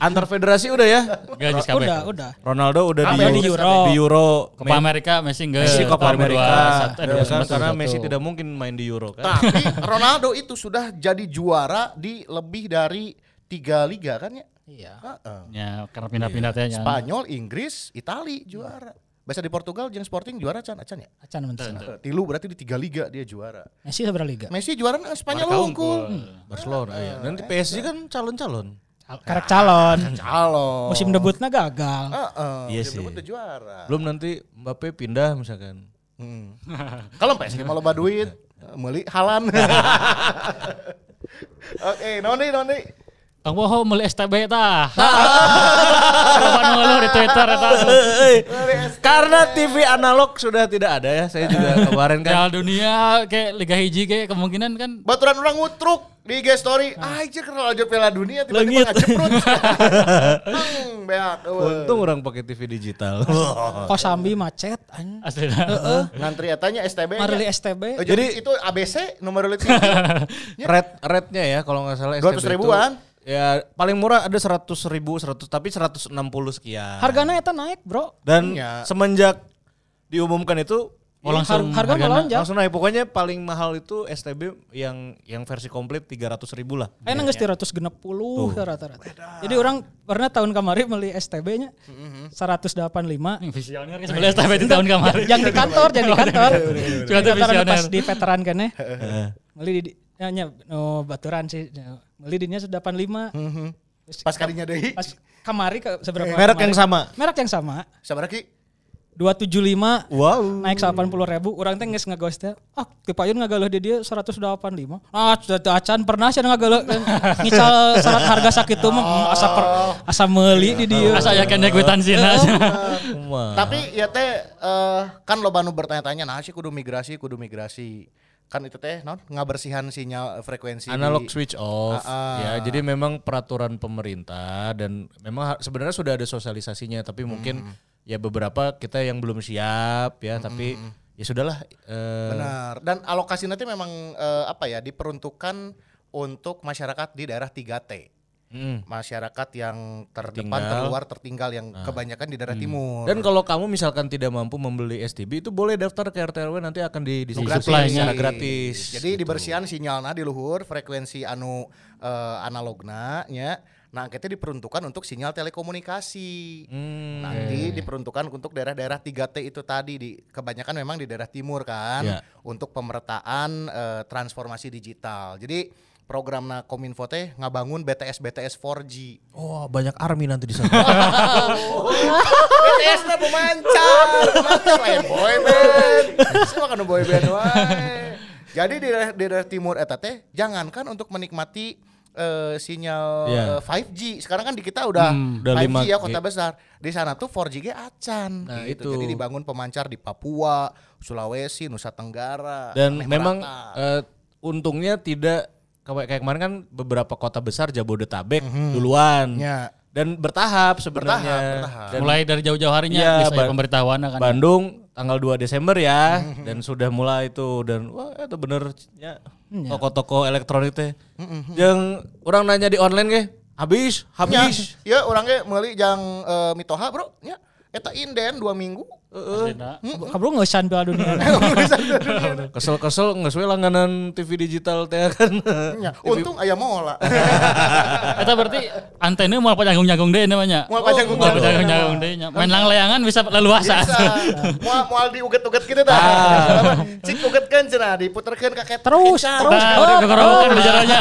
antar federasi udah ya. Geus geus kabeh. Udah, udah. Ronaldo udah Sampai di, di Euro. di Euro. Copa Amerika Messi enggak. Messi Copa Amerika. Ya kan, 2021, karena 2021. Messi tidak mungkin main di Euro kan. Tapi Ronaldo itu sudah jadi juara di lebih dari tiga liga kan ya? Iya. Heeh. Ya, karena pindah-pindah teh nya. Spanyol, Inggris, Itali juara. Bahasa di Portugal jeung Sporting juara can acan ya? Acan mentah. Tilu berarti di tiga liga dia juara. Messi seberapa liga? Messi juara nah, Spanyol Mereka unggul. Barcelona ya. Nanti PSG kan calon-calon. Nah. Karek calon. Halo. Musim debutnya Oh, gagal. Heeh. Iya musim sih. debut udah juara. Belum nanti Mbappe pindah misalkan. Hmm. Kalau PSG mau loba duit, meuli halan. Oke, noni noni. Kang Boho mulai STB tah. Kapan dulu di Twitter eta. Eh, Karena TV analog sudah tidak ada ya. Saya juga kemarin kan. Piala dunia kayak Liga Hiji kayak kemungkinan kan Baturan orang ngutruk di IG story. Ah, anjir kenal aja Piala Dunia Langit. tiba-tiba ngeceprut. Heng, beak. eueuh. Untung orang pakai TV digital. Kosambi macet anjing. asli Ngantri etanya STB. -nya. Marli STB. Eh, Jadi- Jadi itu ABC nomor lelit. Red rednya ya kalau nggak salah. 200 STB itu, ribuan. Ya paling murah ada 100 ribu, 100 tapi 160 sekian. Hargana eta naik, Bro. Dan Iya. semenjak diumumkan itu Oh, langsung Har- harga hargana. melonjak. langsung naik. Pokoknya paling mahal itu STB yang yang versi komplit 300 ribu lah. Ayo nangis di 160 ya rata-rata. Jadi orang pernah tahun kemarin beli STB-nya Mm-hmm. 185. Hmm. Ini visioner kan sebelah STB di tahun kemarin. Yang di kantor, yang di kantor. Cuma Di tuh kantor anu pas visioner. di veteran kan ya. Beli di ya, nya, no, baturan sih. Beli di nya 185. Hmm. Pas kalinya deh. Pas kamari ke seberapa Merek kamari? yang sama. Merek yang sama. Sabar Ki. 275 Wow. naik 80 ribu orang teh nges ngeghost teh ah tipe ayeun ngagaluh di dia 185 ah sudah teu acan pernah sih ngagaluh ngical syarat harga sakit mah "Hmm, asa per asa meuli di dia Asa ya, aya kene kuitan sina. Wah. Oh, eh, Tapi ya teh eh, kan loba nu bertanya-tanya nah sih kudu migrasi, kudu migrasi. Kan itu teh non ngabersihan sinyal eh, frekuensi. di- analog switch off Ah, ah. ya jadi memang peraturan pemerintah dan memang ha- sebenarnya sudah ada sosialisasinya tapi Hmm. mungkin ya beberapa kita yang belum siap ya tapi ya sudahlah eh, Hmm, Benar. Dan alokasi nanti memang eh, apa ya diperuntukkan untuk masyarakat di daerah 3T. mm. Masyarakat yang terdepan, Tertinggal. Ah. Hmm. terluar, tertinggal yang kebanyakan di daerah timur. dan kalau kamu misalkan tidak mampu membeli STB itu boleh daftar ke RTRW nanti akan di Nu distribusi secara gratis Iya, Gitu. Jadi dibersihan sinyalna di luhur frekuensi anu eh, analogna nya. Nah, kita diperuntukkan untuk sinyal telekomunikasi. Hmm. Nanti diperuntukkan untuk daerah-daerah 3T itu tadi di kebanyakan memang di daerah timur kan Ya. untuk pemerataan eh, transformasi digital. Jadi programna Kominfo teh ngabangun BTS BTS 4G. oh banyak army nanti di sana Oh. BTS teh pemancar. Pemancar lain boy band. Semua kan boy band wae. Jadi di daerah, di daerah timur eta teh jangankan untuk menikmati eh, sinyal Iya. eh, 5G. Sekarang kan di kita udah Hmm, udah 5G ya 5G. kota besar. Di sana tuh 4G ge acan. gitu. Nah, itu. Jadi dibangun pemancar di Papua, Sulawesi, Nusa Tenggara. dan Aneh memang merata. eh, untungnya tidak kayak kayak kemarin kan beberapa kota besar Jabodetabek duluan Hmm. Ya. dan bertahap sebenarnya Bertahap, bertahap. Dan Mulai dari jauh-jauh harinya Iya, bisa Ban- pemberitahuan kan. Bandung tanggal 2 Desember ya Mm-hmm. dan sudah mulai itu dan wah itu bener ya, Iya. toko-toko elektronik teh Mm-hmm. yang orang nanya di online ge habis Ya, habis ya orangnya meuli jang eh, mitoha bro. Ya, eta inden dua minggu. Aslinya. kabro ngeusan piala dunia kesel-kesel nggak sesuai langganan TV digital teh kan Ya, untung aya mola. Eta berarti antena mau apa nyanggung-nyanggung deh namanya. Moal pajang-pajang. Mau apa nyanggung deh. Main lang layangan bisa leluasa. Bisa. Moal moal diuget-uget gitu Ah. tah. Apa, Cik uget kan cenah diputerkeun ka ketek. terus terus Nah, oh, udah kegerobokan bicaranya.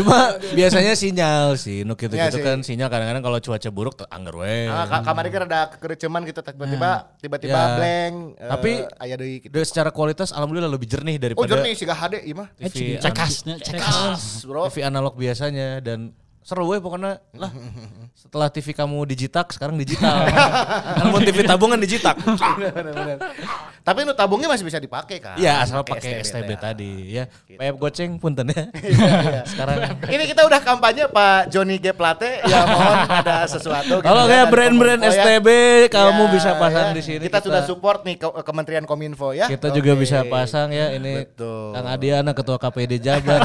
cuma biasanya sinyal sih nu gitu Ya gitu sih. kan sinyal kadang-kadang kalau cuaca buruk tuh anggar we Ah, ka- kamari kan ada kekereceman gitu tah, tiba-tiba tiba-tiba Ya. blank. eh, Tapi- aya deui gitu. Dan secara kualitas alhamdulillah lebih jernih Oh daripada Iya. jernih siga HD ieu mah. Eh, TV Cekasnya, cekas. Kas, Bro. TV analog biasanya dan seru we pokoknya lah setelah TV kamu digitak sekarang digital kalau mau TV tabungan digitak Nah, Bener-bener. Tapi nu tabungnya masih bisa dipakai kan? ya asal pakai STB tadi ya Gitu. payap goceng punten ya Iya, sekarang Ini kita udah kampanye Pak Joni G Plate ya mohon ada sesuatu. gitu kalau ya, kayak dari brand-brand Kominfo ya. STB kamu Ya, bisa pasang ya. di sini Kita, sudah support nih ke- Kementerian Kominfo ya. kita juga Oke. bisa pasang ya ini Betul. Kang Adiana ketua KPD Jabar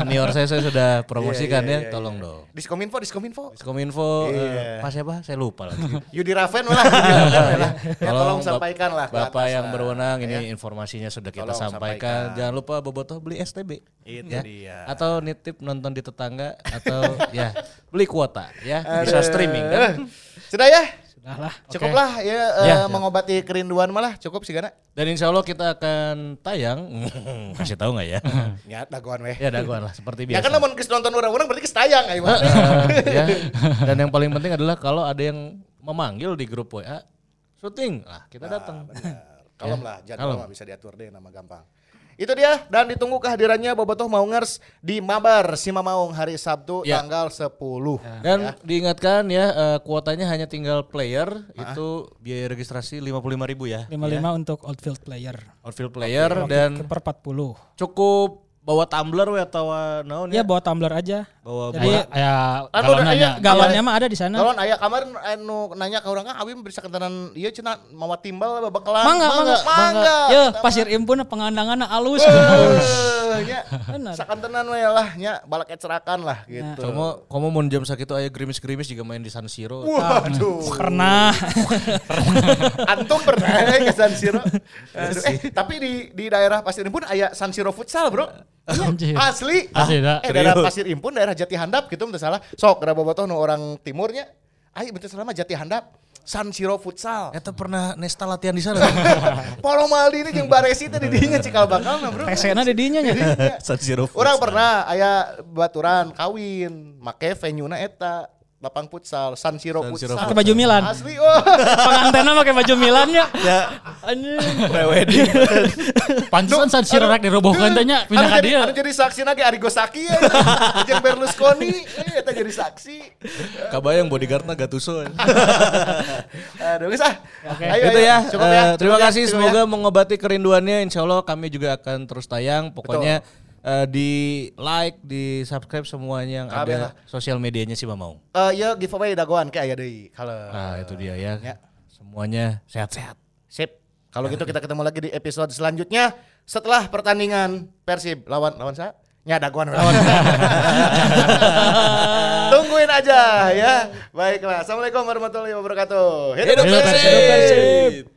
senior saya saya sudah Iya, promosikan ya tolong dong Diskominfo, Diskominfo. Diskominfo Iya. eh, pas siapa saya lupa lagi Yudi Raven lah. Yudi Raven lah. Ya, tolong Bap- sampaikan lah. ke Iya. Bapak atas yang lah. ya. berwenang ya. ini informasinya sudah kita Tolong sampaikan. sampaikan. Jangan lupa bobotoh beli STB. Itu dia. ya. Atau nitip nonton di tetangga atau ya beli kuota ya bisa streaming kan. Eh, Sudah ya? Sudah lah. Cukuplah ya, eh, Ya, ya. mengobati kerinduan malah cukup sih Gana. Dan insya Allah kita akan tayang. Kasih tahu nggak ya? Ya, dagoan weh. ya daguan lah seperti Ya biasa. kan namun kes nonton orang-orang berarti kes tayang ayo. Eh, ya. Dan yang paling penting adalah kalau ada yang memanggil di grup Nah, WA syuting, lah kita datang. Eh, Kalem lah, Ya. Kalem. jadwal mah bisa diatur deh nama gampang. Itu dia dan ditunggu kehadirannya Bobotoh Maungers di Mabar Simamaung hari Sabtu Ya. tanggal 10. Nah, Dan diingatkan ya eh, kuotanya hanya tinggal player Ah. itu biaya registrasi 55.000 ya. 55 untuk outfield player. Outfield player dan Hmm. Dan kiper 40. cukup bawa tumbler we atau naon Ya ya? bawa tumbler aja. Bawa Jadi bola. ya Anu, galonannya. aya- galonnya Iya. mah ada di sana. Kalau ayah kamar anu nanya ke orang kan Awi bisa kentenan ieu cenah mawa iya, timbal bebekalan. Mangga, mangga, mangga. Ya, pasir impun pengandangan alus. Eh, nya. Benar. Sakantenan we lah nya balak ecerakan lah gitu. Kamu kamu mau jam sakit aya gerimis-gerimis juga main di San Siro. Waduh. Pernah. Antum pernah ke San Siro? Aduh, Eh, tapi di di daerah Pasir Impun aya San Siro futsal, Bro. Anjir. Asli. Eh, iya. Asli, dah. eh, daerah Serius. Pasir Impun, daerah Jati Handap gitu udah salah. Sok gara bobotoh nu orang timurnya. Ai bentar selama Jati Handap. San Siro futsal. Eta Ya, pernah Nesta latihan di sana. Polo Maldini jeung Baresi teh di dinya cikal bakal Bro. Pesena di dinya ya. nya. Iya. San Siro. Orang pernah aya baturan kawin, make venue-na eta lapang futsal, San Siro San Siro futsal. Pakai baju Milan. Asli, oh. Pengantennya pakai baju Milan ya. ya Anjing. pre-wedding. Pantesan San Siro rek dirobohkan tanya pindah Anu ka jadi- dia. anu jadi saksi lagi Arigo Saki ya. Jeung Berlusconi eh, eta jadi saksi. Kabayang bodyguardnya Gattuso. Aduh, geus ah. Ayo, ayo, Itu ya. cukup eh, ya, terima cukup ya, kasih cukup semoga ya. mengobati kerinduannya Insya Allah kami juga akan terus tayang. Pokoknya eh, di like, di subscribe semuanya yang Kabeh lah. ada sosial medianya si Mamaung. Eh, ya giveaway dagoan kayak aya deui. Kalau Nah, itu dia ya. ya. Semuanya sehat-sehat. sip. Kalau gitu kita ketemu lagi di episode selanjutnya setelah pertandingan Persib lawan lawan Ya, saya. Nya dagoan. Tungguin aja ya. Baiklah. Assalamualaikum warahmatullahi wabarakatuh. Hidup Persib!